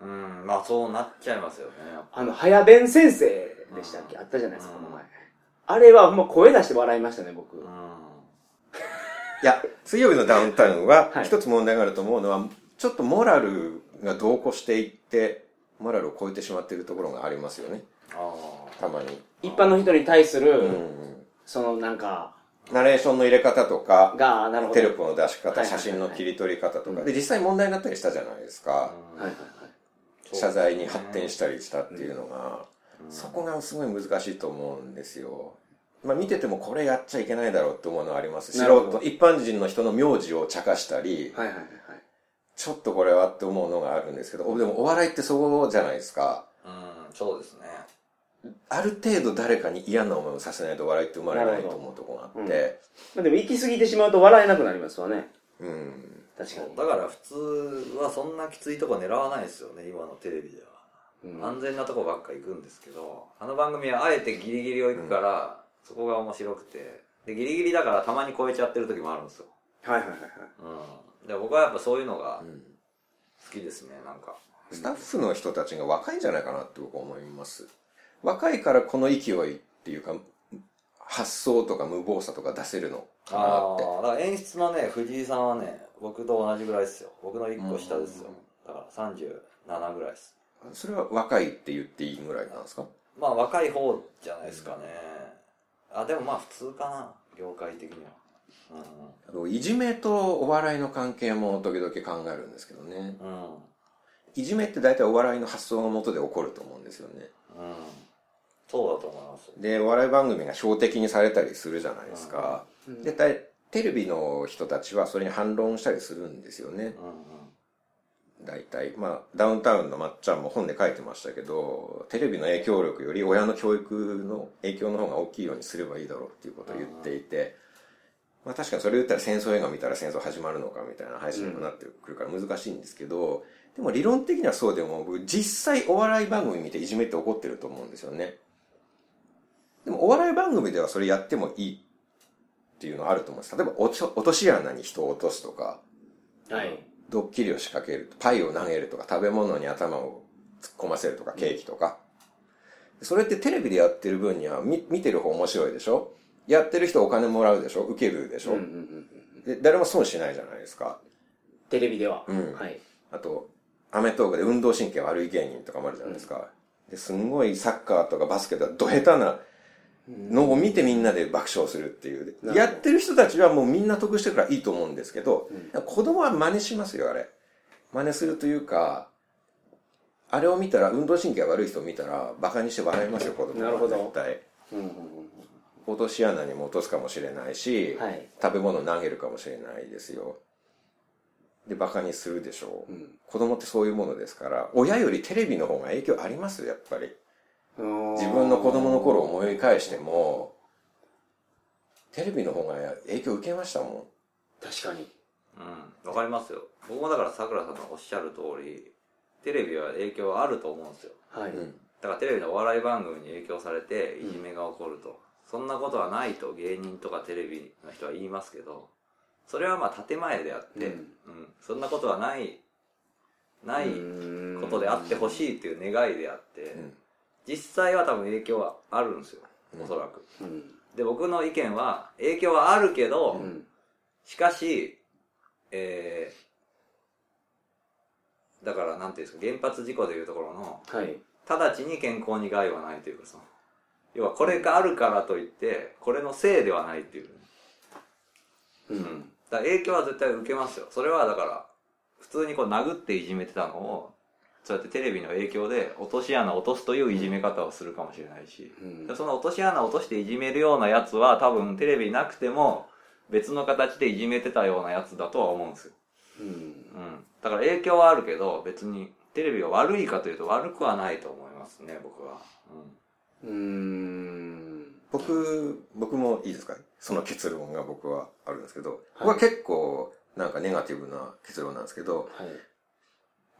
[SPEAKER 1] ウン
[SPEAKER 3] うん。うん。まあそうなっちゃいますよね。やっぱ
[SPEAKER 1] あの早弁先生でしたっけ
[SPEAKER 3] うん
[SPEAKER 1] あったじゃないですか
[SPEAKER 3] う
[SPEAKER 1] こ
[SPEAKER 3] ん
[SPEAKER 1] の前あれはほんま声出して笑いましたね僕、
[SPEAKER 3] うん。
[SPEAKER 2] いや、水曜日のダウンタウンは
[SPEAKER 1] は、い
[SPEAKER 2] 一つ問題があると思うのは、ちょっとモラルが同行していって、モラルを超えてしまっているところがありますよね。
[SPEAKER 3] ああ。
[SPEAKER 2] たまに。
[SPEAKER 1] 一般の人に対する、
[SPEAKER 2] うん。
[SPEAKER 1] そのなんか
[SPEAKER 2] ナレーションの入れ方とか、
[SPEAKER 1] がなるほど
[SPEAKER 2] テレポの出し
[SPEAKER 1] はいはい
[SPEAKER 2] 方、
[SPEAKER 1] はい
[SPEAKER 2] 写真の切り取り方と
[SPEAKER 1] う
[SPEAKER 2] か。
[SPEAKER 1] ん
[SPEAKER 2] で、実際問題になったりしたじゃないですか。
[SPEAKER 3] うん
[SPEAKER 1] はいはいはい
[SPEAKER 2] 謝罪に発展したりしたっていうのが、そこがすごい難しいと思うんですよ。まあ見ててもこれやっちゃいけないだろうって思うのはあります。素
[SPEAKER 1] なるほど
[SPEAKER 2] 人、一般人の人の名字を茶化したり、
[SPEAKER 1] はいはいはい
[SPEAKER 2] ちょっとこれはって思うのがあるんですけど、でもお笑いってそうじゃないですか。
[SPEAKER 3] うん、そうですね。
[SPEAKER 2] ある程度誰かに嫌な思いをさせないとお笑いって生まれないと思うとこがあって、
[SPEAKER 1] まあでも行き過ぎてしまうと笑えなくなりますわね
[SPEAKER 2] うん。
[SPEAKER 1] 確かに
[SPEAKER 3] だから普通はそんなきついとこ狙わないですよね、今のテレビでは。
[SPEAKER 1] うん
[SPEAKER 3] 安全なとこばっか行くんですけど、あの番組はあえてギリギリを行くから、そこが面白くて。で、ギリギリだからたまに超えちゃってる時もあるんですよ。
[SPEAKER 1] はいはいはいはい
[SPEAKER 3] うん。で、僕はやっぱそういうのが
[SPEAKER 2] うん
[SPEAKER 3] 好きですね、なんか。
[SPEAKER 2] スタッフの人たちが若いんじゃないかなって僕は思います。若いからこの勢いっていうか、発想とか無謀さとか出せるのかな
[SPEAKER 3] あ
[SPEAKER 2] って。
[SPEAKER 3] あ、だから演出のね、藤井さんはね、僕と同じぐらいですよ。僕の1個下ですよ
[SPEAKER 2] うん。
[SPEAKER 3] だから37ぐらいです。
[SPEAKER 2] それは若いって言っていいぐらいなんですか
[SPEAKER 3] まあ若い方じゃないですかね。あ、でもまあ普通かな。業界的には。
[SPEAKER 2] あのいじめとお笑いの関係も時々考えるんですけどね。
[SPEAKER 3] うん。うん。
[SPEAKER 2] いじめって大体お笑いの発想のもとで起こると思うんですよね。
[SPEAKER 3] うん。そうだと思います。
[SPEAKER 2] で、お笑い番組が標的にされたりするじゃないですか。
[SPEAKER 1] うん
[SPEAKER 2] で、大テレビの人たちはそれに反論したりするんですよね。
[SPEAKER 3] う
[SPEAKER 2] 大体。まあ、ダウンタウンのまっちゃんも本で書いてましたけど、テレビの影響力より親の教育の影響の方が大きいようにすればいいだろうっていうことを言っていて、まあ確かにそれ言ったら戦争映画見たら戦争始まるのかみたいな話にもなってくるから難しいんですけど、でも理論的にはそうでも、僕実際お笑い番組見ていじめって起こってると思うんですよね。でもお笑い番組ではそれやってもいいっていうのはあると思うんです。例えばおちょ落とし穴に人を落とすとか、
[SPEAKER 1] はい
[SPEAKER 2] ドッキリを仕掛ける、パイを投げるとか、食べ物に頭を突っ込ませるとか、ケーキとか。それってテレビでやってる分には、み見てる方面白いでしょやってる人お金もらうでしょ受けるでし
[SPEAKER 1] うん
[SPEAKER 2] ょ、
[SPEAKER 1] うんうん
[SPEAKER 2] で誰も損しないじゃないですか。
[SPEAKER 1] テレビでは、
[SPEAKER 2] うん
[SPEAKER 1] はい
[SPEAKER 2] あと、アメトークで運動神経悪い芸人とかもあるじゃないですか。ですんごいサッカーとかバスケとかど下手なのを見てみんなで爆笑するっていう
[SPEAKER 1] ほ。ど
[SPEAKER 2] やってる人たちはもうみんな得してるからいいと思うんですけど、子供は真似しますよ、あれ。真似するというか、あれを見たら、運動神経悪い人を見たら、馬鹿にして笑いますよ、子供は
[SPEAKER 1] なるほど
[SPEAKER 2] 絶対。
[SPEAKER 1] うんうんうん
[SPEAKER 2] 落とし穴にも落とすかもしれないし、
[SPEAKER 1] はい
[SPEAKER 2] 食べ物投げるかもしれないですよ。で、バカにするでしょう。
[SPEAKER 1] ん
[SPEAKER 2] 子供ってそういうものですから、親よりテレビの方が影響ありますよ、やっぱり。
[SPEAKER 1] うん
[SPEAKER 2] 自分の子供の頃を思い返しても、テレビの方が影響受けましたも
[SPEAKER 1] 確かに
[SPEAKER 3] うん。わかりますよ。僕もだから桜さんのおっしゃる通り、テレビは影響はあると思うんですよ。
[SPEAKER 1] はい、
[SPEAKER 2] ん。うん。
[SPEAKER 3] だからテレビのお笑い番組に影響されて、いじめが起こると。そんなことはないと芸人とかテレビの人は言いますけど、それはまあ建前であって、う
[SPEAKER 1] うんん、
[SPEAKER 3] そんなことはない、ないことであってほ
[SPEAKER 1] い、
[SPEAKER 3] しいっていう願いであって、実際は多分影響はあるんですよ。おそらく。
[SPEAKER 1] うん
[SPEAKER 3] で、僕の意見は、影響はあるけど、
[SPEAKER 1] うん
[SPEAKER 3] しかし、えー、だから、なんていうんですか、原発事故でいうところの、
[SPEAKER 1] はい
[SPEAKER 3] 直ちに健康に害はないというか、その、要はこれがあるからといって、これのせいではないっていう。
[SPEAKER 1] う
[SPEAKER 3] うん。だから影響は絶対受けますよ。それはだから、普通にこう殴っていじめてたのを、そうやってテレビの影響で落とし穴を落とすといういじめ方をするかもしれないし、
[SPEAKER 1] うん
[SPEAKER 3] でその落とし穴を落としていじめるようなやつは多分テレビなくても別の形でいじめてたようなやつだとは思うんですよ。
[SPEAKER 1] うん
[SPEAKER 3] うん。だから影響はあるけど別にテレビが悪いかというと悪くはないと思いますね、僕は。
[SPEAKER 1] うん
[SPEAKER 2] 僕、僕もいいですかその結論が僕はあるんですけど、僕は結構なんかネガティブな結論なんですけど、
[SPEAKER 1] はい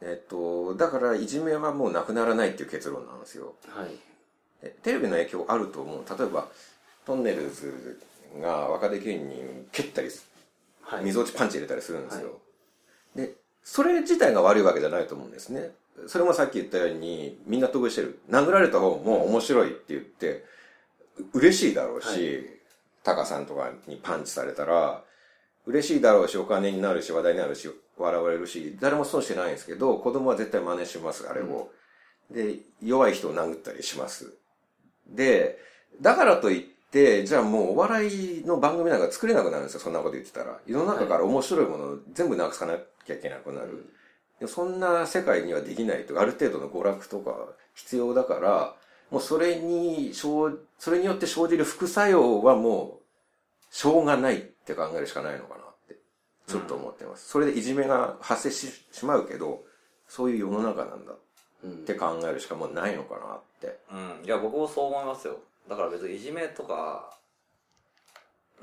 [SPEAKER 2] えっと、だからいじめはもうなくならないっていう結論なんですよ。
[SPEAKER 1] はい
[SPEAKER 2] でテレビの影響あると思う。例えば、トンネルズが若手芸人蹴ったりす
[SPEAKER 1] はい
[SPEAKER 2] 水落ちパンチ入れたりするんですよ。で、それ自体が悪いわけじゃないと思うんですね。それもさっき言ったように、みんな得してる。殴られた方も面白いって言って、う嬉しいだろうし、タカさんとかにパンチされたら、嬉しいだろうし、お金になるし、話題になるし、笑われるし、誰も損してないんですけど、子供は絶対真似します、あれを。で、弱い人を殴ったりします。で、だからといって、じゃあもうお笑いの番組なんか作れなくなるんですよ、そんなこと言ってたら。世の中から面白いものを全部なくさなきゃいけなくなる。でもそんな世界にはできないとか、ある程度の娯楽とか必要だから、もうそれに生、それによって生じる副作用はもう、しょうがないって考えるしかないのかなって、ちょっと思ってます。それでいじめが発生してしまうけど、そういう世の中なんだっ
[SPEAKER 1] うん
[SPEAKER 2] て考えるしかもうないのかなって。
[SPEAKER 3] うん。うん。いや、僕もそう思いますよ。だから別にいじめとか、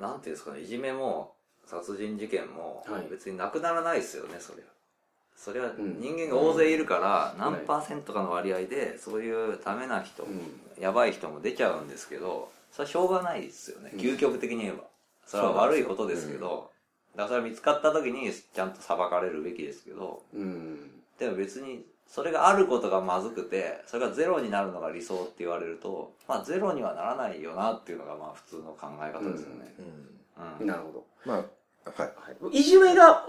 [SPEAKER 3] なんていうんですかね、いじめも殺人事件も
[SPEAKER 1] はい
[SPEAKER 3] 別になくならないですよね、それは。それは
[SPEAKER 1] ん
[SPEAKER 3] 人間が大勢いるから、
[SPEAKER 1] ん
[SPEAKER 3] 何パーセントかの割合で、そういうダメな人、
[SPEAKER 1] うん
[SPEAKER 3] やばい人も出ちゃうんですけど、それはしょうがないですよね。
[SPEAKER 1] うん
[SPEAKER 3] 究極的に言えば。それは悪いことですけど、だからそれは見つかった時にちゃんと裁かれるべきですけど、
[SPEAKER 1] うん
[SPEAKER 3] でも別に、それがあることがまずくて、それがゼロになるのが理想って言われると、まあゼロにはならないよなっていうのがまあ普通の考え方ですよね。うん。
[SPEAKER 1] なるほど
[SPEAKER 2] まあ、はい。
[SPEAKER 1] はい、いじめが、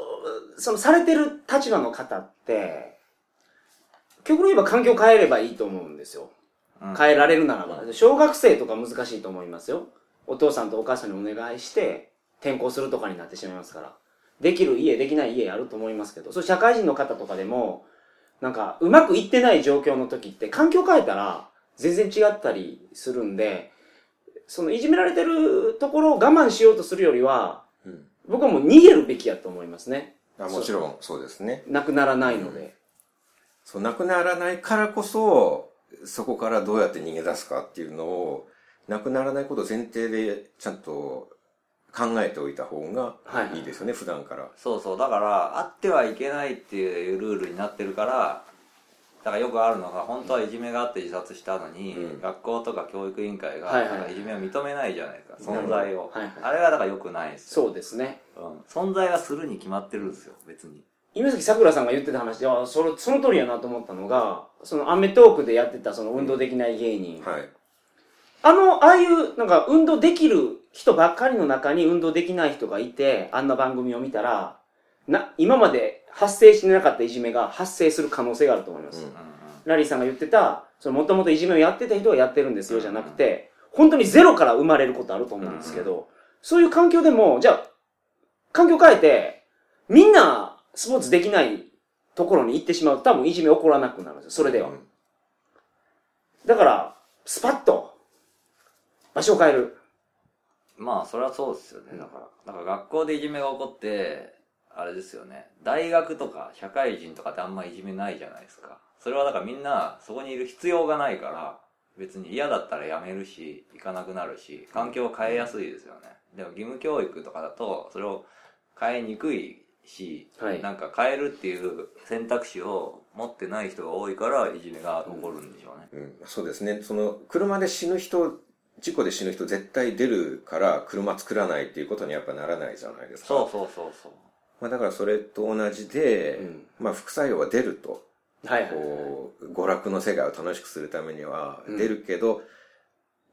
[SPEAKER 1] うその、されてる立場の方って、極論言えば環境を変えればいいと思うんですよ。
[SPEAKER 3] うん
[SPEAKER 1] 変えられるならば。小学生とか難しいと思いますよ。お父さんとお母さんにお願いして、転校するとかになってしまいますから。できる家、できない家あると思いますけど、そう社会人の方とかでも、なんか、うまくいってない状況の時って、環境変えたら、全然違ったりするんで、その、いじめられてるところを我慢しようとするよりは、
[SPEAKER 2] うん
[SPEAKER 1] 僕はもう逃げるべきやと思いますね。
[SPEAKER 2] あもちろんそうですね。
[SPEAKER 1] なくならないので。
[SPEAKER 2] そう、なくならないからこそ、そこからどうやって逃げ出すかっていうのを、なくならないことを前提でちゃんと考えておいた方が
[SPEAKER 1] はい
[SPEAKER 2] いいですよね、普段から。
[SPEAKER 3] そうそう。だから、あってはいけないっていうルールになってるから、だからよくあるのが、本当はいじめがあって自殺したのに、
[SPEAKER 2] うん
[SPEAKER 3] 学校とか教育委員会が、
[SPEAKER 1] はいはい
[SPEAKER 3] なんかいじめを認めないじゃないですか、
[SPEAKER 1] なる
[SPEAKER 3] 存
[SPEAKER 1] ほど
[SPEAKER 3] 在を。
[SPEAKER 1] はいはい
[SPEAKER 3] あれはだから良くないですよ。
[SPEAKER 1] そうですね。
[SPEAKER 3] うん。存在はするに決まってるんですよ、別に。
[SPEAKER 1] 今崎さくらさんが言ってた話で、あその、その通りやなと思ったのが、そのアメトークでやってたその運動できない芸人。
[SPEAKER 2] はい。
[SPEAKER 1] あの、ああいう、なんか運動できる人ばっかりの中に運動できない人がいて、あんな番組を見たら、な、今まで発生してなかったいじめが発生する可能性があると思います。
[SPEAKER 2] うん
[SPEAKER 3] うんうん。
[SPEAKER 1] ラリーさんが言ってた、そのもともといじめをやってた人はやってるんですよじゃなくて、本当にゼロから生まれることあると思うんですけど、そういう環境でも、じゃあ、環境変えて、みんなスポーツできないところに行ってしまうと多分いじめ起こらなくなるんですよ、それでは
[SPEAKER 2] う。ん
[SPEAKER 1] だから、スパッと、場所を変える。
[SPEAKER 3] まあ、それはそうですよね。だから、だから学校でいじめが起こって、あれですよね。大学とか社会人とかってあんまいじめないじゃないですか。それはだからみんなそこにいる必要がないから、別に嫌だったら辞めるし、行かなくなるし、環境を変えやすいですよね。でも義務教育とかだと、それを変えにくいし、
[SPEAKER 1] はい
[SPEAKER 3] なんか変えるっていう選択肢を持ってない人が多いから、いじめが起こるんでしょうね。
[SPEAKER 2] うん、そうですね。その、車で死ぬ人、事故で死ぬ人絶対出るから、車作らないっていうことにやっぱならないじゃないですか。
[SPEAKER 3] そうそうそうそう。
[SPEAKER 2] まあだからそれと同じで、
[SPEAKER 1] うん
[SPEAKER 2] まあ副作用は出ると。
[SPEAKER 1] はいはいはい。
[SPEAKER 2] こう、娯楽の世界を楽しくするためには
[SPEAKER 1] うん
[SPEAKER 2] 出るけど、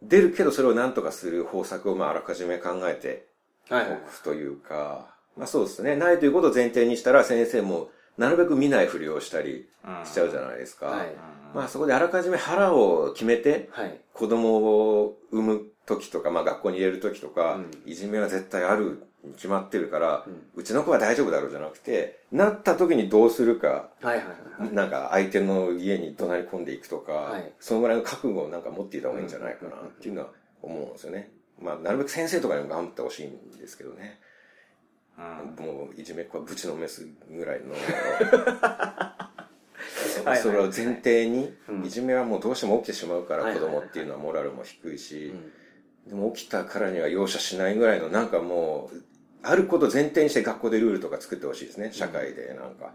[SPEAKER 2] 出るけどそれを何とかする方策をまああらかじめ考えて
[SPEAKER 1] はいはい
[SPEAKER 2] おくというか、まあそうですね。ないということを前提にしたら先生もなるべく見ないふりをしたり
[SPEAKER 3] うん
[SPEAKER 2] しちゃうじゃないですか。
[SPEAKER 1] はい
[SPEAKER 3] うん
[SPEAKER 2] まあそこであらかじめ腹を決めて、
[SPEAKER 1] はい。
[SPEAKER 2] 子供を産む時とか、まあ、学校に入れる時とか、
[SPEAKER 1] うん
[SPEAKER 2] いじめは絶対あるに決まってるから、
[SPEAKER 1] う
[SPEAKER 2] うんちの子は大丈夫だろうじゃなくてなった時にどうするか、
[SPEAKER 1] はい はいはい。
[SPEAKER 2] なんか相手の家に怒鳴り込んでいくとか、
[SPEAKER 1] はい
[SPEAKER 2] そのぐらいの覚悟をなんか持っていた方がいいんじゃないかなっていうのは思うんですよね。まあ、なるべく先生とかにも頑張ってほしいんですけどね。
[SPEAKER 3] うん
[SPEAKER 2] もう、いじめっ子はぶちのめすぐ らいの、
[SPEAKER 1] はい
[SPEAKER 2] それを前提に
[SPEAKER 1] う、ん
[SPEAKER 2] いじめはもうどうしても起きてしまうか
[SPEAKER 1] は
[SPEAKER 2] ら
[SPEAKER 1] い
[SPEAKER 2] 子
[SPEAKER 1] はいはい
[SPEAKER 2] 供っていうのはモラルも低いし、
[SPEAKER 1] うん
[SPEAKER 2] でも起きたからには容赦しないぐらいのなんかもう、あることを前提にして学校でルールとか作ってほしいですね。社会でなんか。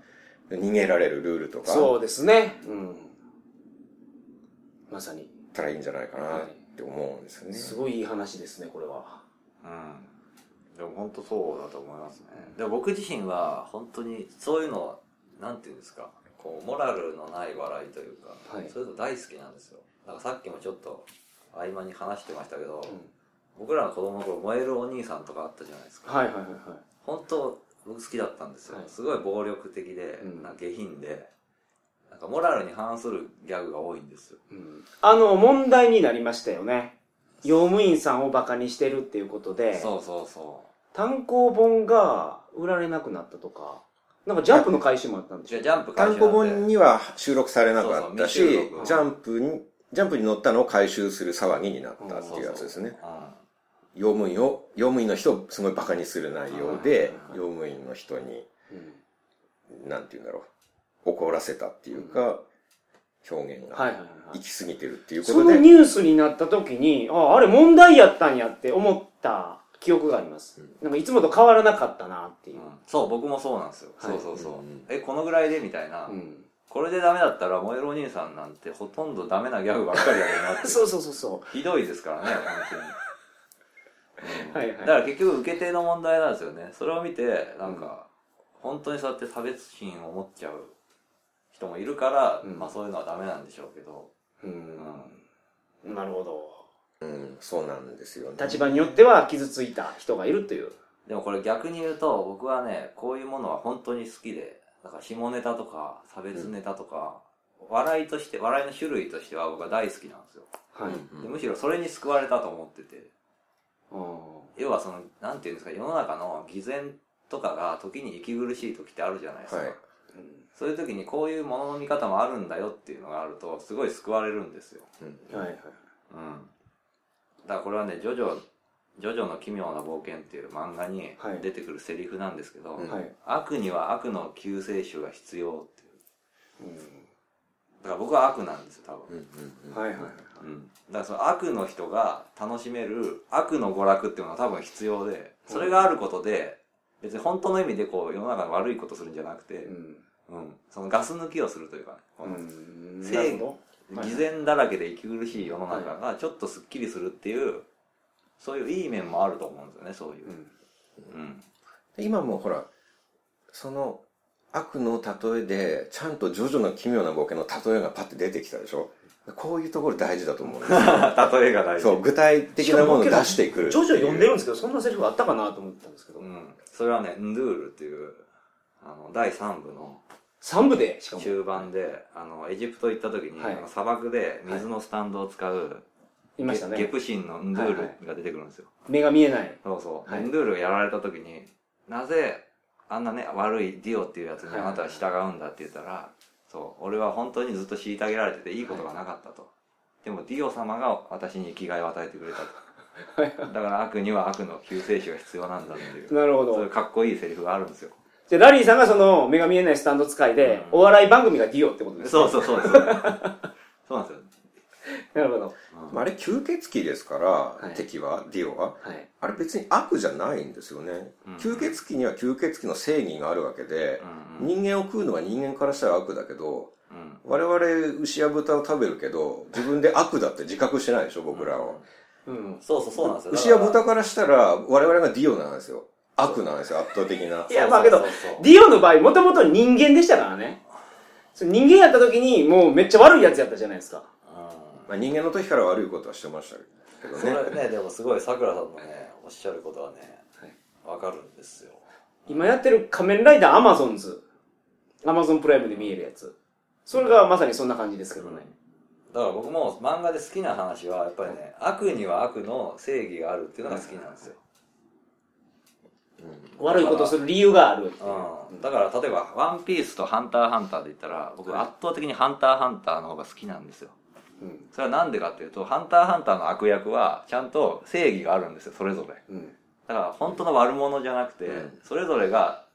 [SPEAKER 2] 逃げられるルールとか。
[SPEAKER 1] そうですね。うん。まさに。
[SPEAKER 2] ったらいいんじゃないかなって思うんですよね。
[SPEAKER 1] すごいいい話ですね、これは。
[SPEAKER 3] うんでも本当そうだと思いますね。でも僕自身は本当にそういうのは、なんていうんですか、こう、モラルのない笑いというか、
[SPEAKER 1] はい
[SPEAKER 3] そういうの大好きなんですよ。だからさっきもちょっと合間に話してましたけど、
[SPEAKER 1] うん
[SPEAKER 3] 僕らの子供の頃燃えるお兄さんとかあったじゃないですか。
[SPEAKER 1] はいはいはいは
[SPEAKER 3] 本当僕好きだったんですよ。
[SPEAKER 1] はい
[SPEAKER 3] すごい暴力的で、
[SPEAKER 1] うん
[SPEAKER 3] なんか下品で、なんかモラルに反するギャグが多いんですよ。
[SPEAKER 1] い。うんあの、問題になりましたよね。用務員さんをバカにしてるっていうことで、
[SPEAKER 3] そうそうそう。
[SPEAKER 1] 単行本が売られなくなったとか、なんかジャンプの回収もあったんでし
[SPEAKER 3] じゃ
[SPEAKER 1] ょ
[SPEAKER 3] あジャンプ回収
[SPEAKER 2] 単
[SPEAKER 3] なんて
[SPEAKER 2] 行本には収録されなかったし、
[SPEAKER 3] そうそう未収録
[SPEAKER 2] ジャンプに、ジャンプに乗ったのを回収する騒ぎになったっていうやつですね。用務員を、用務員の人をすごいバカにする内容で
[SPEAKER 1] は、い
[SPEAKER 2] 用務員の人に、
[SPEAKER 1] うん
[SPEAKER 2] なんて言うんだろう、怒らせたっていうか、表現
[SPEAKER 1] はい
[SPEAKER 2] が
[SPEAKER 1] はいはいはい
[SPEAKER 2] 行。き過ぎてるっていうこ
[SPEAKER 1] そ
[SPEAKER 2] と
[SPEAKER 1] の
[SPEAKER 2] で、
[SPEAKER 1] ニュースになった時に、あ、あれ問題やったんやって思った記憶があります。
[SPEAKER 2] うん
[SPEAKER 1] なんかいつもと変わらなかったなっていうう。
[SPEAKER 3] んそう、僕もそうなんですよ。
[SPEAKER 1] はい
[SPEAKER 3] そうそうそう。
[SPEAKER 2] うん
[SPEAKER 3] え、このぐらいでみたいな、
[SPEAKER 1] うん
[SPEAKER 3] これでダメだったら、燃えるお兄さんなんてほとんどダメなギャグばっかりだよなって。
[SPEAKER 1] そうそうそうそ
[SPEAKER 3] ひどいですからね、本当に。うん
[SPEAKER 1] はいはい
[SPEAKER 3] だから結局受け手の問題なんですよね。それを見て、なんか、本当にそうやって差別心を持っちゃう人もいるから、
[SPEAKER 1] うん
[SPEAKER 3] まあそういうのはダメなんでしょうけど。
[SPEAKER 1] う。うん。なるほど。
[SPEAKER 2] うん、そうなんですよね。
[SPEAKER 1] 立場によっては傷ついた人がいるという。
[SPEAKER 3] でもこれ逆に言うと、僕はね、こういうものは本当に好きで、だから下ネタとか、差別ネタとか、笑いとして、笑いの種類としては僕は大好きなんですよ。
[SPEAKER 1] はい。
[SPEAKER 2] うん
[SPEAKER 3] でむしろそれに救われたと思ってて。
[SPEAKER 1] あ
[SPEAKER 3] 要はその、なんていうんですか、世の中の偽善とかが時に息苦しい時ってあるじゃないですか。
[SPEAKER 2] はい
[SPEAKER 1] ーう
[SPEAKER 3] そういう時にこういうものの見方もあるんだよっていうのがあると、すごい救われるんですよ。
[SPEAKER 2] うん
[SPEAKER 1] んはいはい。
[SPEAKER 3] うん。だからこれはね、ジョジョ、ジョジョの奇妙な冒険っていう漫画に
[SPEAKER 1] はい
[SPEAKER 3] 出てくるセリフなんですけど、
[SPEAKER 2] うん
[SPEAKER 1] はい。
[SPEAKER 3] 悪には悪の救世主が必要っていう。
[SPEAKER 1] うん
[SPEAKER 3] だから僕は悪なんですよ、多
[SPEAKER 2] う
[SPEAKER 3] 分。
[SPEAKER 2] んうんうん
[SPEAKER 1] はいはいはい。
[SPEAKER 3] うん。だからその悪の人が楽しめる悪の娯楽っていうのは多分必要で、それがあることで、別に本当の意味でこう世の中の悪いことするんじゃなくて
[SPEAKER 1] う、ん
[SPEAKER 3] うん。そのガス抜きをするというかね、この
[SPEAKER 1] うん
[SPEAKER 3] 正義
[SPEAKER 1] なるほど。
[SPEAKER 3] 偽善だらけで息苦しい世の中がちょっとスッキリするっていう、そういういい面もあると思うんですよね、そういう
[SPEAKER 1] う。ん
[SPEAKER 3] うん。
[SPEAKER 2] 今もほら、その悪の例えで、ちゃんとジョジョの奇妙な冒険の例えがパッて出てきたでしょこういうところ大事だと思うんですよ。
[SPEAKER 3] 例えが大事。
[SPEAKER 2] そう、具体的なものを出していくる。
[SPEAKER 1] しかも僕ジョジョ読んで
[SPEAKER 2] る
[SPEAKER 1] るんですけど、そんなセリフあったかなと思ってたんですけど
[SPEAKER 3] う。ん。それはね、ンドゥールっていう、あの、第3部の
[SPEAKER 1] 3部で、しかも。
[SPEAKER 3] 中盤で、あの、エジプト行った時に、
[SPEAKER 1] はい
[SPEAKER 3] あの砂漠で水のスタンドを使う、
[SPEAKER 1] いました
[SPEAKER 3] ゲゲ
[SPEAKER 1] ね。
[SPEAKER 3] プシンのンドゥールが出てくるんですよ。
[SPEAKER 1] 目が見えない。
[SPEAKER 3] そうそう。
[SPEAKER 1] はい
[SPEAKER 3] ンドゥールがやられた時に、なぜ、あんなね、悪いディオっていうやつに
[SPEAKER 1] はい
[SPEAKER 3] あなたは従うんだって言ったら、そう、俺は本当にずっと虐げられてていいことがなかったと。でもディオ様が私に生きがいを与えてくれたと。だから悪には悪の救世主が必要なんだっていう、
[SPEAKER 1] なるほ
[SPEAKER 3] そうい
[SPEAKER 1] ど
[SPEAKER 3] う。かっこいいセリフがあるんですよ。
[SPEAKER 1] じゃあラリーさんがその目が見えないスタンド使いで、
[SPEAKER 3] うん
[SPEAKER 1] お笑い番組がディオってことですね。
[SPEAKER 3] そうそうそうです。そうなんですよ。
[SPEAKER 1] なるほど。
[SPEAKER 3] うん
[SPEAKER 2] まあ、あれ吸血鬼ですから、
[SPEAKER 1] い
[SPEAKER 2] 敵は、ディオは。
[SPEAKER 1] はい。
[SPEAKER 2] あれ別に悪じゃないんですよね。
[SPEAKER 3] うん
[SPEAKER 2] 吸血鬼には吸血鬼の正義があるわけで、
[SPEAKER 3] うんうん
[SPEAKER 2] 人間を食うのは人間からしたら悪だけど、
[SPEAKER 3] うん
[SPEAKER 2] 我々牛や豚を食べるけど、自分で悪だって自覚してないでしょ、僕らは。
[SPEAKER 1] うん。
[SPEAKER 3] そうそうそうなんですよ。
[SPEAKER 2] 牛や
[SPEAKER 3] だ
[SPEAKER 2] 豚からしたら、我々がディオなんですよ。悪なんですよ、圧倒的な
[SPEAKER 1] や。まあけど
[SPEAKER 3] そうそうそう
[SPEAKER 1] ディオの場合、もともと人間でしたからね。その人間やった時に、もうめっちゃ悪いやつやったじゃないですか。
[SPEAKER 2] まあ、人間の時から悪いことはしてましたけど
[SPEAKER 3] うんそ
[SPEAKER 2] ね。
[SPEAKER 3] れね、でもすごい桜さんのね、おっしゃることはね
[SPEAKER 1] はい、
[SPEAKER 3] わかるんですよ。
[SPEAKER 1] 今やってる仮面ライダーアマゾンズ。アマゾンプライムで見えるやつ。それがまさにそんな感じですけどね。
[SPEAKER 3] だから僕も漫画で好きな話は、やっぱりね、悪には悪の正義があるっていうのが好きなんですよ。
[SPEAKER 1] 悪いことをする理由がある。
[SPEAKER 3] うん、だから例えば「ワンピースと「ハンターハンター」で言ったら僕圧倒的に「ハンターハンター」の方が好きなんですよ
[SPEAKER 1] うん。
[SPEAKER 3] それはなんでかっていうと「ハンターハンター」の悪役はちゃんと正義があるんですよそれぞれ
[SPEAKER 1] うん。
[SPEAKER 3] だから本当の悪者じゃなくて、
[SPEAKER 2] うん
[SPEAKER 3] それぞれが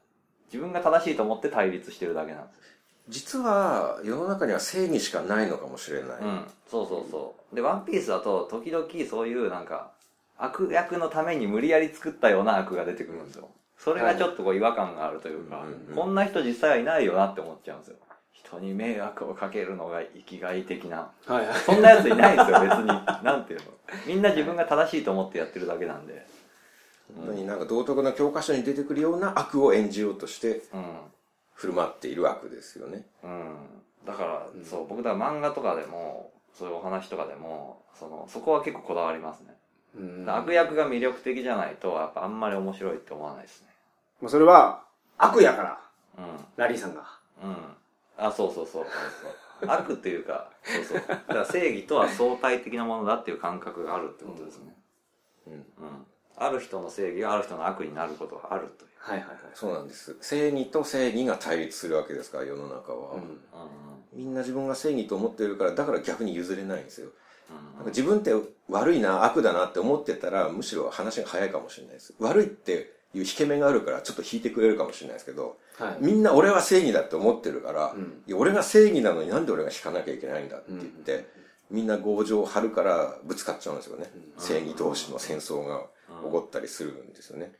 [SPEAKER 3] 自分が正しいと思って対立してるだけなんですよ
[SPEAKER 2] 実は、世の中には正義しかないのかもしれない。
[SPEAKER 3] うんそうそうそうで「ワンピースだと時々そういうなんか悪役のために無理やり作ったような悪が出てくるんですよそれがちょっとこう違和感があるというか、
[SPEAKER 2] はいうんうんうん
[SPEAKER 3] こんな人実際はいないよなって思っちゃうんですよ人に迷惑をかけるのが生きがい的な
[SPEAKER 1] はいはい。
[SPEAKER 3] そんなやついないんですよ別 になんていうのみんな自分が正しいと思ってやってるだけなんで
[SPEAKER 2] 本当になんか道徳の教科書に出てくるような悪を演じようとして
[SPEAKER 3] うん
[SPEAKER 2] 振る舞っている悪ですよね。
[SPEAKER 3] うんだから、そう僕だから漫画とかでもそういうお話とかでもそのそこは結構こだわりますね
[SPEAKER 1] うん
[SPEAKER 3] 悪役が魅力的じゃないとやっぱあんまり面白いって思わないですね
[SPEAKER 1] もうそれは、悪やから、
[SPEAKER 3] う
[SPEAKER 1] ラリーさんが。
[SPEAKER 3] んうんあそうそうそうそうそう悪っていうかそうそうだから正義とは相対的なものだっていう感覚があるってことですね
[SPEAKER 2] うん、
[SPEAKER 3] うん、ある人の正義がある人の悪になることがあるという
[SPEAKER 1] はいはいはい。
[SPEAKER 2] そうなんです。正義と正義が対立するわけですから、世の中は。
[SPEAKER 1] うん。
[SPEAKER 3] うん
[SPEAKER 2] みんな自分が正義と思ってるから、だから逆に譲れないんですよ。なん
[SPEAKER 3] うん
[SPEAKER 2] か自分って悪いな、悪だなって思ってたら、むしろ話が早いかもしれないです。悪いっていう引け目があるから、ちょっと引いてくれるかもしれないですけど、
[SPEAKER 1] はい。
[SPEAKER 2] みんな俺は正義だって思ってるから、
[SPEAKER 1] うん
[SPEAKER 2] いや俺が正義なのになんで俺が引かなきゃいけないんだって言って、みんな強情を張るからぶつかっちゃうんですよね。
[SPEAKER 1] うん
[SPEAKER 2] 正義同士の戦争が起こったりするんですよね。
[SPEAKER 3] うん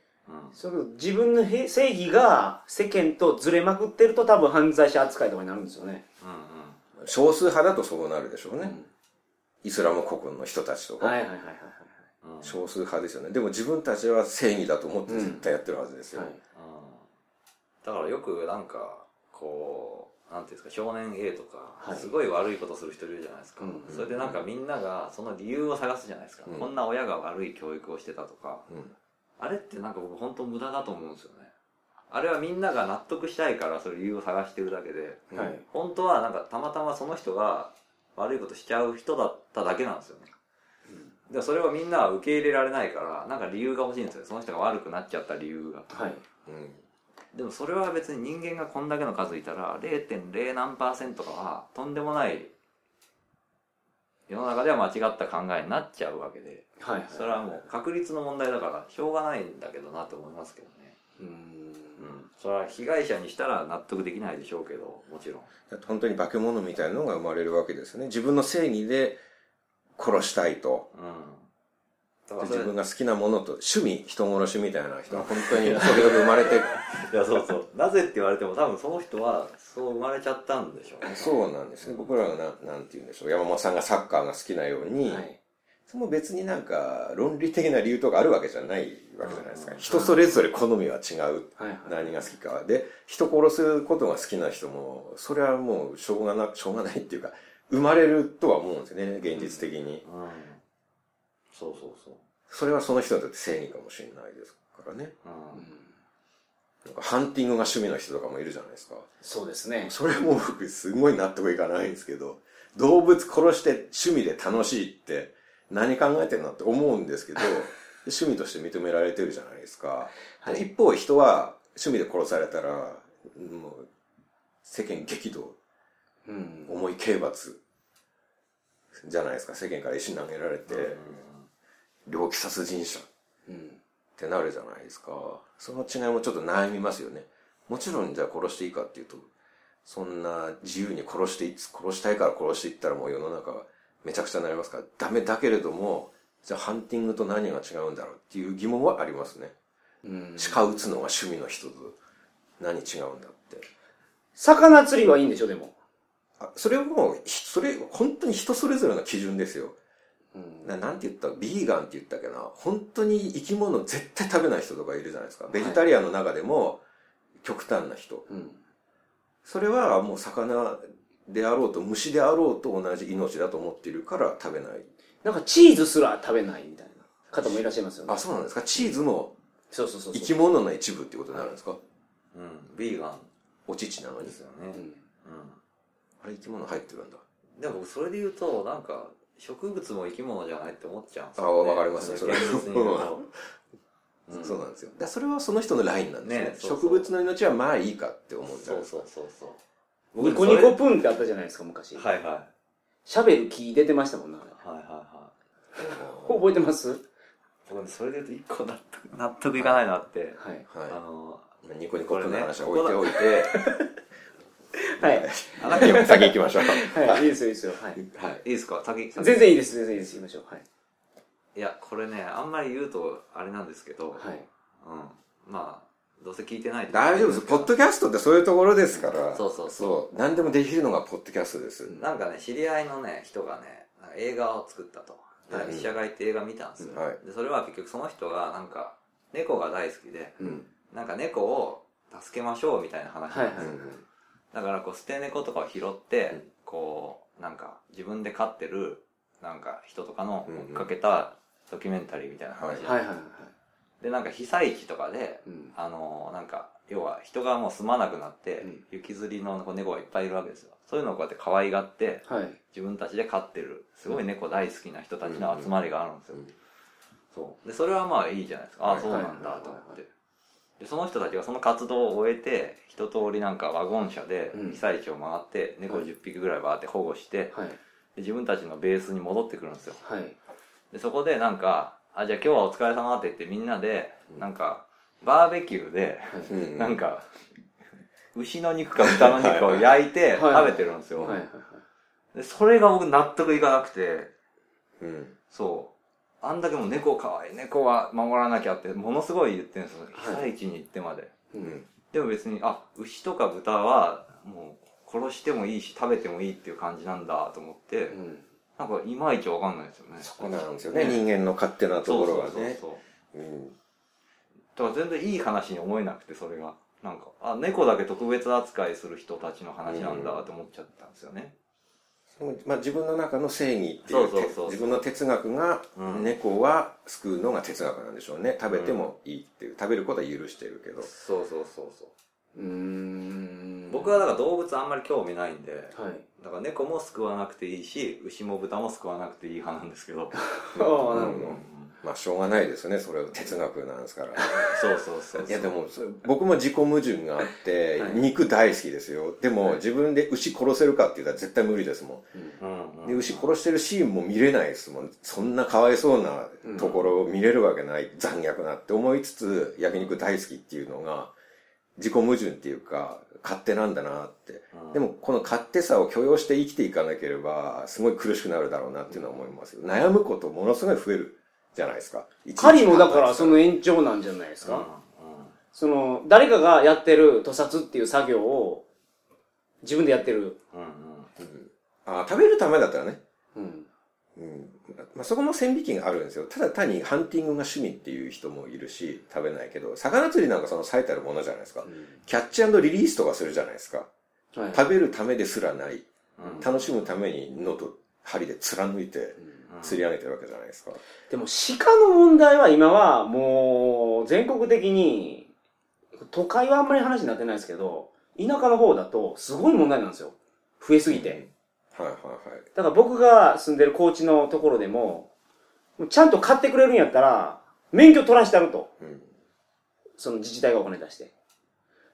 [SPEAKER 1] その自分のへ正義が世間とずれまくってると多分犯罪者扱いとかになるんですよね。
[SPEAKER 3] う
[SPEAKER 2] 少数派だとそうなるでしょうね。
[SPEAKER 1] うん
[SPEAKER 2] イスラム国の人たちとか。
[SPEAKER 1] はいはいはいはい
[SPEAKER 3] んうんうん
[SPEAKER 2] 少数派ですよね。でも自分たちは正義だと思って絶対やってるはずですよ。
[SPEAKER 1] はい。はい
[SPEAKER 3] うんだからよくなんかこうなんていうんですか少年 A とか、
[SPEAKER 1] はい
[SPEAKER 3] すごい悪いことする人いるじゃないですか、
[SPEAKER 1] うんうん
[SPEAKER 3] それでなんかみんながその理由を探すじゃないですか、
[SPEAKER 2] うん
[SPEAKER 3] こんな親が悪い教育をしてたとか
[SPEAKER 2] うん
[SPEAKER 3] あれってなんか僕本当無駄だと思うんですよねあれはみんなが納得したいからそれ理由を探してるだけで
[SPEAKER 1] はい
[SPEAKER 3] 本当はなんかたまたまその人が悪いことしちゃう人だっただけなんですよね、でそれをみんなは受け入れられないからなんか理由が欲しいんですよその人が悪くなっちゃった理由が
[SPEAKER 1] はい。
[SPEAKER 2] うん
[SPEAKER 3] でもそれは別に人間がこんだけの数いたら0.0何パーセントかはとんでもない世の中では間違った考えになっちゃうわけで
[SPEAKER 1] はい。
[SPEAKER 3] それはもう確率の問題だからしょうがないんだけどなと思いますけどね
[SPEAKER 1] う。うん。
[SPEAKER 3] うんそれは被害者にしたら納得できないでしょうけどもちろん
[SPEAKER 2] だって本当に化け物みたいなのが生まれるわけですよね。自分の正義で殺したいと。
[SPEAKER 3] うんだ
[SPEAKER 2] で
[SPEAKER 3] からそれ
[SPEAKER 2] 自分が好きなものと、趣味、人殺しみたいな人は本当にそれだけ生まれて、
[SPEAKER 3] いやそう そうなぜって言われても多分その人はそう生まれちゃったんでしょう ね
[SPEAKER 2] そうなんですね。僕らがな、なんて言うんでしょう。山本さんがサッカーが好きなように、
[SPEAKER 1] はい。
[SPEAKER 2] それも別になんか論理的な理由とかあるわけじゃないわけじゃないですか。
[SPEAKER 3] うん
[SPEAKER 2] 人それぞれ好みは違う。
[SPEAKER 1] はいはい。
[SPEAKER 2] 何が好きか。で、人殺すことが好きな人も、それはもうしょうがな、しょうがないっていうか、生まれるとは思うんですよね、現実的に。
[SPEAKER 3] うんそうそうそう
[SPEAKER 2] それはその人にとって正義かもしれないですからね。
[SPEAKER 3] うん
[SPEAKER 2] なんかハンティングが趣味の人とかもいるじゃないですか。
[SPEAKER 1] そうですね。
[SPEAKER 2] それも僕すごい納得いかないんですけど、動物殺して趣味で楽しいって何考えてるのって思うんです けど、趣味として認められてるじゃないですか。
[SPEAKER 1] はい
[SPEAKER 2] 一方人は趣味で殺されたら、もう世間激怒、
[SPEAKER 1] うん。
[SPEAKER 2] 重い刑罰じゃないですか。世間から石投げられて、猟奇殺人者っ
[SPEAKER 1] うん。
[SPEAKER 2] てなるじゃないですか。その違いもちょっと悩みますよね。もちろんじゃあ殺していいかっていうと、そんな自由に殺していい、殺したいから殺していったらもう世の中はめちゃくちゃになりますから、ダメだけれども、じゃあハンティングと何が違うんだろうっていう疑問はありますね。
[SPEAKER 1] うん。
[SPEAKER 2] 鹿撃つのが趣味の人と何違うんだって。
[SPEAKER 1] 魚釣りはいいんでしょ、でも。
[SPEAKER 2] あそれはもう、ひそれ、本当に人それぞれの基準ですよ。
[SPEAKER 1] うん。
[SPEAKER 2] ななんて言ったビーガンって言ったっけな本当に生き物絶対食べない人とかいるじゃないですか。ベジタリアンの中でも極端な人。
[SPEAKER 1] うん。
[SPEAKER 2] それはもう魚であろうと虫であろうと同じ命だと思っているから食べない。
[SPEAKER 1] なんかチーズすら食べないみたいな方もいらっしゃいますよね
[SPEAKER 2] あ、。そうなんですかチーズも
[SPEAKER 1] そうそうそうそう。
[SPEAKER 2] 生き物の一部ってことになるんですか
[SPEAKER 3] うん。ビーガン
[SPEAKER 2] お乳なのに
[SPEAKER 3] で。すよね
[SPEAKER 1] う。ん
[SPEAKER 3] うん。
[SPEAKER 2] あれ生き物入ってるんだ。
[SPEAKER 3] でも僕それで言うと、なんか、植物も生き物じゃないって思っちゃうんです
[SPEAKER 2] あわかりますね
[SPEAKER 3] それ現実に言うと。ん
[SPEAKER 2] そうなんですよ。だからそれはその人のラインなんですね。
[SPEAKER 3] ねそうそう
[SPEAKER 2] 植物の命はまあいいかって思うんじゃ
[SPEAKER 3] そ
[SPEAKER 2] ないうですか。
[SPEAKER 3] そうそうそう。
[SPEAKER 1] ニコニコプーンってあったじゃないですか、昔。
[SPEAKER 3] はいはい。はい
[SPEAKER 1] シャベル木出てましたもんな。
[SPEAKER 3] はいは
[SPEAKER 1] 覚えてます
[SPEAKER 3] い。僕ね、それで言うと一個納得、納得いかないなって。
[SPEAKER 1] はい。
[SPEAKER 2] はい
[SPEAKER 3] あ。の、
[SPEAKER 2] まあニコニコプの話は置いておいて、
[SPEAKER 1] はい。
[SPEAKER 3] あなんかよ
[SPEAKER 2] 先行きましょう。
[SPEAKER 1] はい。いいですよ、いいですよ。はい。
[SPEAKER 2] はい。
[SPEAKER 3] いいですか先、先
[SPEAKER 1] 全然いいです、全然いいです。言いましょう。はい。
[SPEAKER 3] いや、これね、あんまり言うと、あれなんですけど、
[SPEAKER 1] はい。
[SPEAKER 3] うん。まあ、どうせ聞いてないと
[SPEAKER 2] 大丈夫です。ポッドキャストってそういうところですから。
[SPEAKER 3] そうそう
[SPEAKER 2] そう。何でもできるのがポッドキャストです。
[SPEAKER 3] なんかね、知り合いのね、人がね、なんか映画を作ったと。
[SPEAKER 2] はい
[SPEAKER 3] で、試写会って映画見たんですよ。
[SPEAKER 2] はい
[SPEAKER 3] で、それは結局その人が、なんか、猫が大好きで、
[SPEAKER 2] うん。
[SPEAKER 3] なんか猫を助けましょうみたいな話なんですよ。
[SPEAKER 1] はい
[SPEAKER 3] だから、こう、捨て猫とかを拾って、こう、なんか、自分で飼ってる、なんか、人とかの追っかけたドキュメンタリーみたいな話、
[SPEAKER 1] はいはいはい。
[SPEAKER 3] で、なんか、被災地とかで、
[SPEAKER 1] うん。
[SPEAKER 3] あのーなんか、要は人がもう住まなくなって、
[SPEAKER 1] うん
[SPEAKER 3] 雪吊りの猫がいっぱいいるわけですよ。そういうのをこうやって可愛がって、
[SPEAKER 1] はい。
[SPEAKER 3] 自分たちで飼ってる、すごい猫大好きな人たちの集まりがあるんですよ。
[SPEAKER 2] うん
[SPEAKER 3] そう。で、それはまあいいじゃないですか。あ
[SPEAKER 2] は
[SPEAKER 3] あ、
[SPEAKER 2] い
[SPEAKER 3] そうなん
[SPEAKER 1] はい
[SPEAKER 3] だと思
[SPEAKER 1] はい
[SPEAKER 3] っ
[SPEAKER 1] はい
[SPEAKER 3] て。で、その人たちがその活動を終えて、一通りなんかワゴン車で
[SPEAKER 1] うん
[SPEAKER 3] 被災地を回って、猫10匹ぐらいバーって保護して、で
[SPEAKER 1] はい。
[SPEAKER 3] 自分たちのベースに戻ってくるんですよ。
[SPEAKER 1] はい。
[SPEAKER 3] で、そこでなんか、あ、じゃあ今日はお疲れ様って言ってみんなで
[SPEAKER 2] う、ん
[SPEAKER 3] なんか、バーベキューで、
[SPEAKER 1] はい。
[SPEAKER 2] うん。
[SPEAKER 3] なんか、牛の肉か豚の肉を焼いて
[SPEAKER 1] はい
[SPEAKER 3] 食べてるんですよ。
[SPEAKER 1] はい。
[SPEAKER 3] でそれが僕納得いかなくて、
[SPEAKER 2] うん。
[SPEAKER 3] そう。あんだけもう猫かわいい、猫は守らなきゃって、ものすごい言ってるんですよ。被災地に行ってまで。
[SPEAKER 1] う。
[SPEAKER 2] うんん。
[SPEAKER 3] でも別に、あ、牛とか豚は、もう、殺してもいいし、食べてもいいっていう感じなんだと思って、
[SPEAKER 1] うん。
[SPEAKER 3] なんか、いまいちわかんないですよね。
[SPEAKER 2] そこなんですよね。人間の勝手なところがね。
[SPEAKER 3] そうそうそう
[SPEAKER 2] うん。
[SPEAKER 3] そう。だから全然いい話に思えなくて、それが。なんか、あ、猫だけ特別扱いする人たちの話なんだと思っちゃったんですよね。
[SPEAKER 2] まあ自分の中の正義っていう
[SPEAKER 3] そうそうそうそう
[SPEAKER 2] 自分の哲学が、
[SPEAKER 3] うん
[SPEAKER 2] 猫は救うのが哲学なんでしょうね。食べてもいいっていう。食べることは許してるけど。
[SPEAKER 3] そうそうそうそう。
[SPEAKER 1] うーん。
[SPEAKER 3] 僕はだから動物あんまり興味ないんで、
[SPEAKER 1] はい。
[SPEAKER 3] だから猫も救わなくていいし、牛も豚も救わなくていい派なんですけ ど。
[SPEAKER 1] ああ、なるほ
[SPEAKER 2] う
[SPEAKER 1] ど。
[SPEAKER 2] んまあしょうがないですよね。それは哲学なんですから。
[SPEAKER 3] そうそうそうそう。
[SPEAKER 2] いやでもそれ僕も自己矛盾があって、
[SPEAKER 3] はい
[SPEAKER 2] 肉大好きですよでも、
[SPEAKER 3] はい
[SPEAKER 2] 自分で牛殺せるかって言ったら絶対無理ですも
[SPEAKER 3] うん、うんん。
[SPEAKER 2] で牛殺してるシーンも見れないですもんそんなかわいそうなところを見れるわけない、残虐なって思いつつ焼肉大好きっていうのが自己矛盾っていうか勝手なんだなって
[SPEAKER 3] うん
[SPEAKER 2] でもこの勝手さを許容して生きていかなければすごい苦しくなるだろうなっていうのは思いますよ悩むことものすごい増えるじゃないですか
[SPEAKER 1] 狩りもだから
[SPEAKER 2] 一日考えてた
[SPEAKER 1] その延長なんじゃないです
[SPEAKER 3] うん、う
[SPEAKER 1] か。その、誰かがやってる屠殺っていう作業を自分でやってる。
[SPEAKER 3] ん、うん。
[SPEAKER 2] あー食べるためだったらね
[SPEAKER 1] うん。
[SPEAKER 2] うんまあ、そこも線引きがあるんですよ。ただ単にハンティングが趣味っていう人もいるし、食べないけど、魚釣りなんかその最たるものじゃないですか。キャッチリリースとかするじゃないですか。
[SPEAKER 1] はい。
[SPEAKER 2] 食べるためですらない。
[SPEAKER 3] うん
[SPEAKER 2] 楽しむためにノと針で貫いて
[SPEAKER 1] うん
[SPEAKER 3] うん
[SPEAKER 2] 釣り上げてるわけじゃないですか。
[SPEAKER 1] でも鹿の問題は今はもう全国的に、都会はあんまり話になってないですけど、田舎の方だとすごい問題なんですよ。増えすぎて。
[SPEAKER 2] はいはいはい。
[SPEAKER 1] だから僕が住んでる高知のところでも、ちゃんと買ってくれるんやったら、免許取らしてあると。
[SPEAKER 2] うん。
[SPEAKER 1] その自治体がお金出して。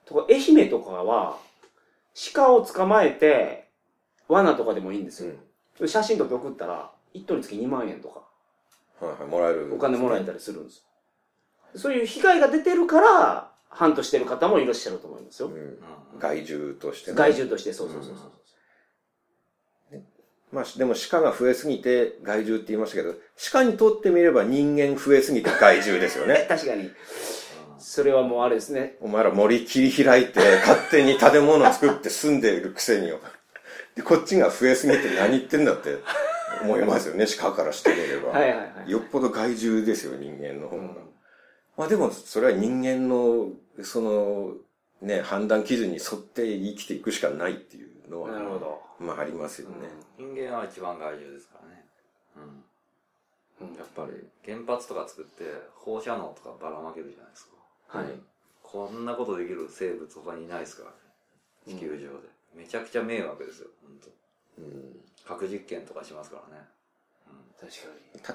[SPEAKER 1] とか、愛媛とかは、鹿を捕まえて、罠とかでもいいんです
[SPEAKER 2] う
[SPEAKER 1] よ。
[SPEAKER 2] ん
[SPEAKER 1] 写真撮って送ったら、1頭につき2万円とか。
[SPEAKER 2] はいはい、もらえる。
[SPEAKER 1] お金もらえ
[SPEAKER 2] る。
[SPEAKER 1] たりするんですよ。そういう被害が出てるから、ハントしてる方もいらっしゃると思いますよ。
[SPEAKER 2] うん
[SPEAKER 3] うん
[SPEAKER 2] 害獣としてね
[SPEAKER 1] 害獣として、そうそうそうそう。。
[SPEAKER 2] まあ、しでも鹿が増えすぎて害獣って言いましたけど、鹿にとってみれば人間増えすぎて害獣ですよね
[SPEAKER 1] 確かに。それはもうあれですね。
[SPEAKER 2] お前ら森切り開いて勝手に建物作って住んでいるくせによ。で、こっちが増えすぎて何言ってんだって思いますよね、鹿からしてみれば。
[SPEAKER 1] はいはいはい。
[SPEAKER 2] よっぽど害獣ですよ、人間の方が。
[SPEAKER 1] うん
[SPEAKER 2] まあでも、それは人間の、その、ね、判断基準に沿って生きていくしかないっていうのは、
[SPEAKER 1] なるほど。
[SPEAKER 2] まあありますよね。
[SPEAKER 3] 人間は一番害獣ですからね。うん。
[SPEAKER 1] うん
[SPEAKER 3] やっぱり原発とか作って放射能とかばらまけるじゃないですか。
[SPEAKER 1] はい。
[SPEAKER 3] こんなことできる生物他にいないですからね。地球上で。めちゃくちゃ迷惑ですよ、本
[SPEAKER 2] うん
[SPEAKER 3] 当核実験とかしますからね。
[SPEAKER 1] 確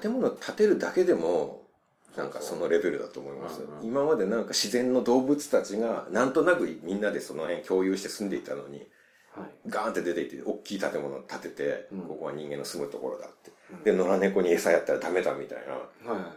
[SPEAKER 1] かに。
[SPEAKER 2] 建物建てるだけでもなんかそのレベルだと思います、
[SPEAKER 3] うんうん
[SPEAKER 2] 今までなんか自然の動物たちがなんとなくみんなでその辺共有して住んでいたのに
[SPEAKER 1] はい。
[SPEAKER 2] ガーンって出ていって大きい建物建てて、
[SPEAKER 1] うん
[SPEAKER 2] ここは人間の住むところだって、
[SPEAKER 1] うん
[SPEAKER 2] で野良猫に餌やったらダメだみたいな
[SPEAKER 1] はいはいはい。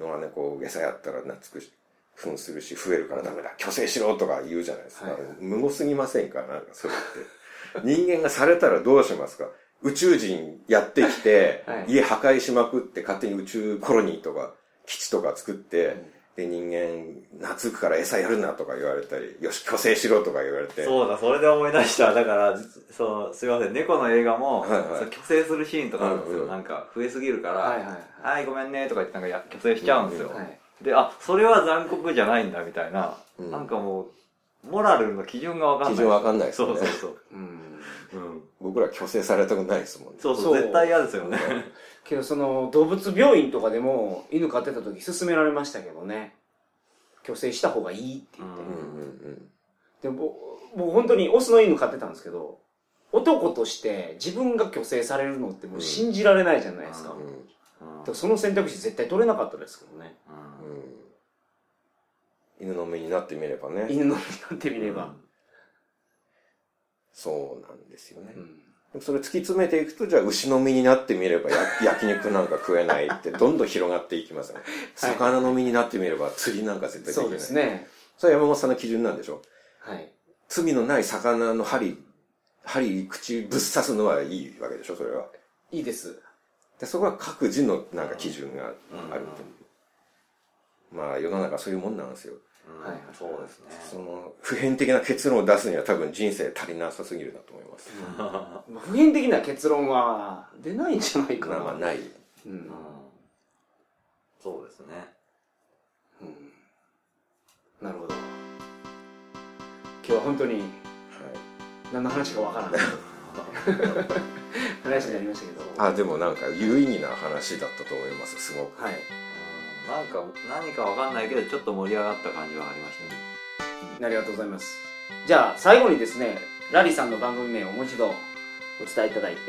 [SPEAKER 2] 野良猫を餌やったら懐くし糞するし増えるからダメだ虚勢しろとか言うじゃないです
[SPEAKER 1] は
[SPEAKER 2] か、
[SPEAKER 1] いはい
[SPEAKER 2] 無謀すぎませんかなんかそれって 人間がされたらどうしますか宇宙人やってきて、
[SPEAKER 1] はい
[SPEAKER 2] 家破壊しまくって勝手に宇宙コロニーとか基地とか作って、で人間懐くから餌やるなとか言われたりよし虚勢しろとか言われて
[SPEAKER 3] そうだ、それで思い出した。だから、実そう、すいません、猫の映画も、
[SPEAKER 2] はいはい
[SPEAKER 3] そう虚勢するシーンとかあるんですよ。
[SPEAKER 2] うんうん
[SPEAKER 3] なんか、増えすぎるから、
[SPEAKER 1] はいはいは
[SPEAKER 3] はい、ごめんね、とか言って、なんかや、虚勢しちゃうんですよ。
[SPEAKER 1] い。はい。
[SPEAKER 3] で、あ、それは残酷じゃないんだ、みたいな。
[SPEAKER 2] うん
[SPEAKER 3] なんかもう、モラルの基準がわかんない。
[SPEAKER 2] 基準わかんないですよね
[SPEAKER 3] そうそう
[SPEAKER 1] うん。
[SPEAKER 3] そう。うん。
[SPEAKER 2] 僕ら虚勢されたくないですもんね
[SPEAKER 3] そうそう、
[SPEAKER 1] そう
[SPEAKER 3] 絶対嫌ですよね。
[SPEAKER 1] けどその動物病院とかでも犬飼ってた時勧められましたけどね。虚勢した方がいいって言って。
[SPEAKER 2] うんうん
[SPEAKER 1] で、ぼ僕本当にオスの犬飼ってたんですけど、男として自分が虚勢されるのってもう信じられないじゃないですか。
[SPEAKER 3] う
[SPEAKER 2] うん
[SPEAKER 3] うん
[SPEAKER 1] だからその選択肢絶対取れなかったですけどね。
[SPEAKER 2] うんうん犬の目になってみればね
[SPEAKER 1] 犬のになってみれば。
[SPEAKER 2] そうなんですよね、
[SPEAKER 1] うん
[SPEAKER 2] それ突き詰めていくと、じゃあ牛の身になってみればや 焼肉なんか食えないってどんどん広がっていきますね。魚の身になってみれば釣りなんか絶対できな
[SPEAKER 1] そ
[SPEAKER 2] い。
[SPEAKER 1] うです。ね。
[SPEAKER 2] それは山本さんの基準なんでしょ
[SPEAKER 1] はい。
[SPEAKER 2] 罪のない魚の針、針、口ぶっ刺すのはいいわけでしょそれは。
[SPEAKER 1] いいです。
[SPEAKER 2] で、そこは各自のなんか基準があるという。まあ世の中そういうもんなんですよ。
[SPEAKER 3] うん
[SPEAKER 1] はい
[SPEAKER 3] そうです
[SPEAKER 2] そ
[SPEAKER 3] ね。
[SPEAKER 2] の普遍的な結論を出すには多分人生足りなさすぎるなと思います。
[SPEAKER 1] まあ普遍的な結論は出ないんじゃないか
[SPEAKER 2] まあまあ
[SPEAKER 1] な。
[SPEAKER 2] ない。
[SPEAKER 1] う
[SPEAKER 3] うんん。そうですね。
[SPEAKER 1] うんなるほど。今日は本当に
[SPEAKER 2] はい
[SPEAKER 1] 何の話かわからない話になりましたけど。
[SPEAKER 2] あでもなんか有意義な話だったと思いますすごく
[SPEAKER 1] はい。
[SPEAKER 3] うんなんか、何かわかんないけど、ちょっと盛り上がった感じはありましたね。
[SPEAKER 1] ありがとうございます。じゃあ最後にですね、ラリーさんの番組名をもう一度お伝えいただいて。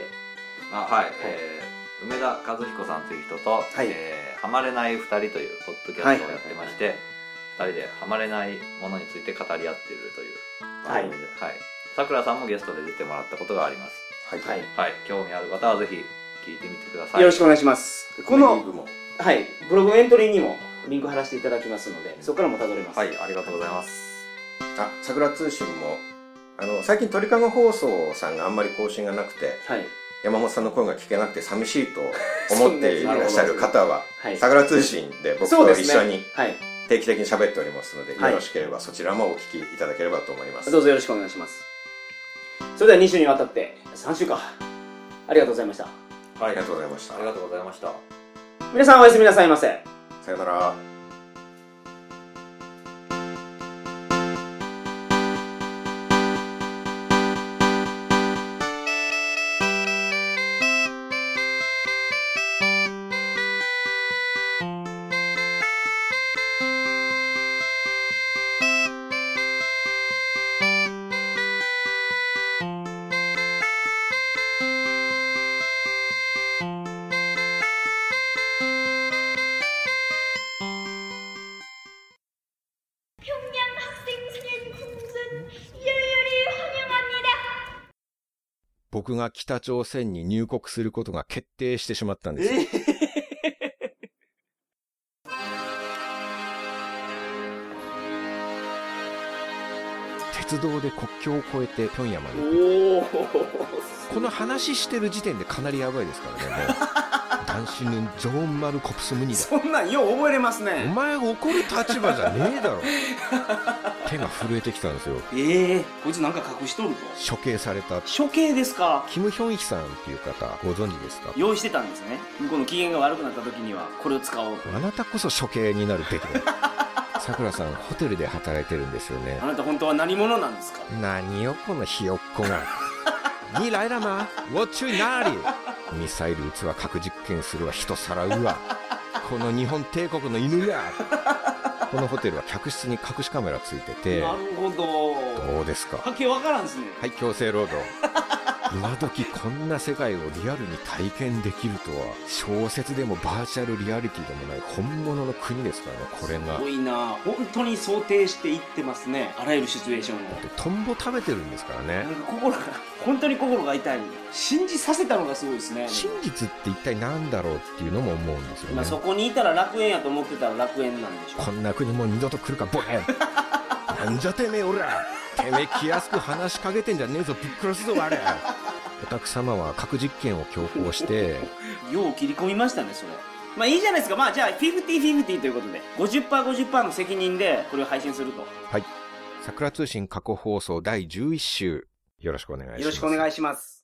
[SPEAKER 3] あはい、えー梅田和彦さんという人と「
[SPEAKER 1] はい
[SPEAKER 3] えーハマれない二人」というポッドキャストをやってまして二人でハマれないものについて語り合っているという
[SPEAKER 1] はい
[SPEAKER 3] 番組ではいさくらさんもゲストで出てもらったことがあります
[SPEAKER 2] はい
[SPEAKER 1] はい。
[SPEAKER 3] はい興味ある方はぜひ聞いてみてください
[SPEAKER 1] よろしくお願いします。こ
[SPEAKER 2] メニュー
[SPEAKER 1] の、
[SPEAKER 2] 部門
[SPEAKER 1] はい、ブログエントリーにもリンク貼らせていただきますので、そこからもたどれます。
[SPEAKER 3] はいありがとうございます
[SPEAKER 2] あ桜通信もあの最近鳥かご放送さんがあんまり更新がなくて
[SPEAKER 1] はい。
[SPEAKER 2] 山本さんの声が聞けなくて寂しいと思っていらっしゃる方は
[SPEAKER 1] はい。
[SPEAKER 2] 桜通信で僕
[SPEAKER 1] そう
[SPEAKER 2] と
[SPEAKER 1] です
[SPEAKER 2] 一
[SPEAKER 1] ね
[SPEAKER 2] 緒に
[SPEAKER 1] はい。
[SPEAKER 2] 定期的に喋っておりますので、
[SPEAKER 1] はい
[SPEAKER 2] よろしければそちらもお聞きいただければと思います
[SPEAKER 1] どうぞよろしくお願いします。それでは2週にわたって、3週か。ありがとうございました。
[SPEAKER 2] あ
[SPEAKER 3] は
[SPEAKER 2] り
[SPEAKER 3] いあ
[SPEAKER 2] がとうございました
[SPEAKER 3] りがとうございました
[SPEAKER 1] 皆さんおやすみなさいませ。
[SPEAKER 2] さよなら
[SPEAKER 4] 평양 학생 생일 풍선 열렬히 환영합니다.
[SPEAKER 2] 僕が北朝鮮に入国することが決定してしまったんです鉄道で国境を越えて平壌まで
[SPEAKER 1] おお
[SPEAKER 2] この話してる時点でかなりやばいですからね もう単身のジョン・マルコプス・ムニだ
[SPEAKER 1] そんなんよう覚えれます
[SPEAKER 2] お
[SPEAKER 1] ね
[SPEAKER 2] 前怒る立場じゃねえだろ手が震えてきたんですよ
[SPEAKER 1] ええこいつなんか隠しとると
[SPEAKER 2] 処刑された
[SPEAKER 1] 処刑ですか
[SPEAKER 2] キム・ヒョンヒさんっていう方ご存知ですか
[SPEAKER 1] 用意してたんですね向こうの機嫌が悪くなった時にはこれを使おうと
[SPEAKER 2] あなたこそ処刑になるべき ださくらさんホテルで働いてるんですよね
[SPEAKER 1] あなた本当は何者なんですか
[SPEAKER 2] 何よこのひよっこがニライラマウォッチュイナーリミサイル撃つわ核実験するわ人さらうわこの日本帝国の犬やこのホテルは客室に隠しカメラついてて
[SPEAKER 1] なるほど
[SPEAKER 2] どうですか
[SPEAKER 1] はっきりわからんですね
[SPEAKER 2] はい、強制労働。今時こんな世界をリアルに体験できるとは、小説でもバーチャルリアリティでもない本物の国ですからね、これ
[SPEAKER 1] す
[SPEAKER 2] が
[SPEAKER 1] ご。いな本当に想定していってますねあらゆるシチュエーションを
[SPEAKER 2] でトンボ食べてるんですから
[SPEAKER 1] な
[SPEAKER 2] ね。
[SPEAKER 1] んか心が本当に心が痛い信じさせたのがすごいですね
[SPEAKER 2] 真実って一体何だろうっていうのも思うんですよ
[SPEAKER 1] まあ、そ
[SPEAKER 2] ね。
[SPEAKER 1] こにいたら楽園やと思ってたら楽園なんでしょう
[SPEAKER 2] こんな国もう二度と来るか、ボケなんじゃてめえ、おらてめえ、気安く話しかけてんじゃねえぞ、ぶっ殺すぞ、我お宅様は核実験を強行して、
[SPEAKER 1] よう切り込みましたねそれまあいいじゃないですかまあじゃあ50-50ということで 50%50% の責任でこれを配信すると
[SPEAKER 2] 桜通信過去放送第11週。よろしくお願いします。
[SPEAKER 1] よろしくお願いします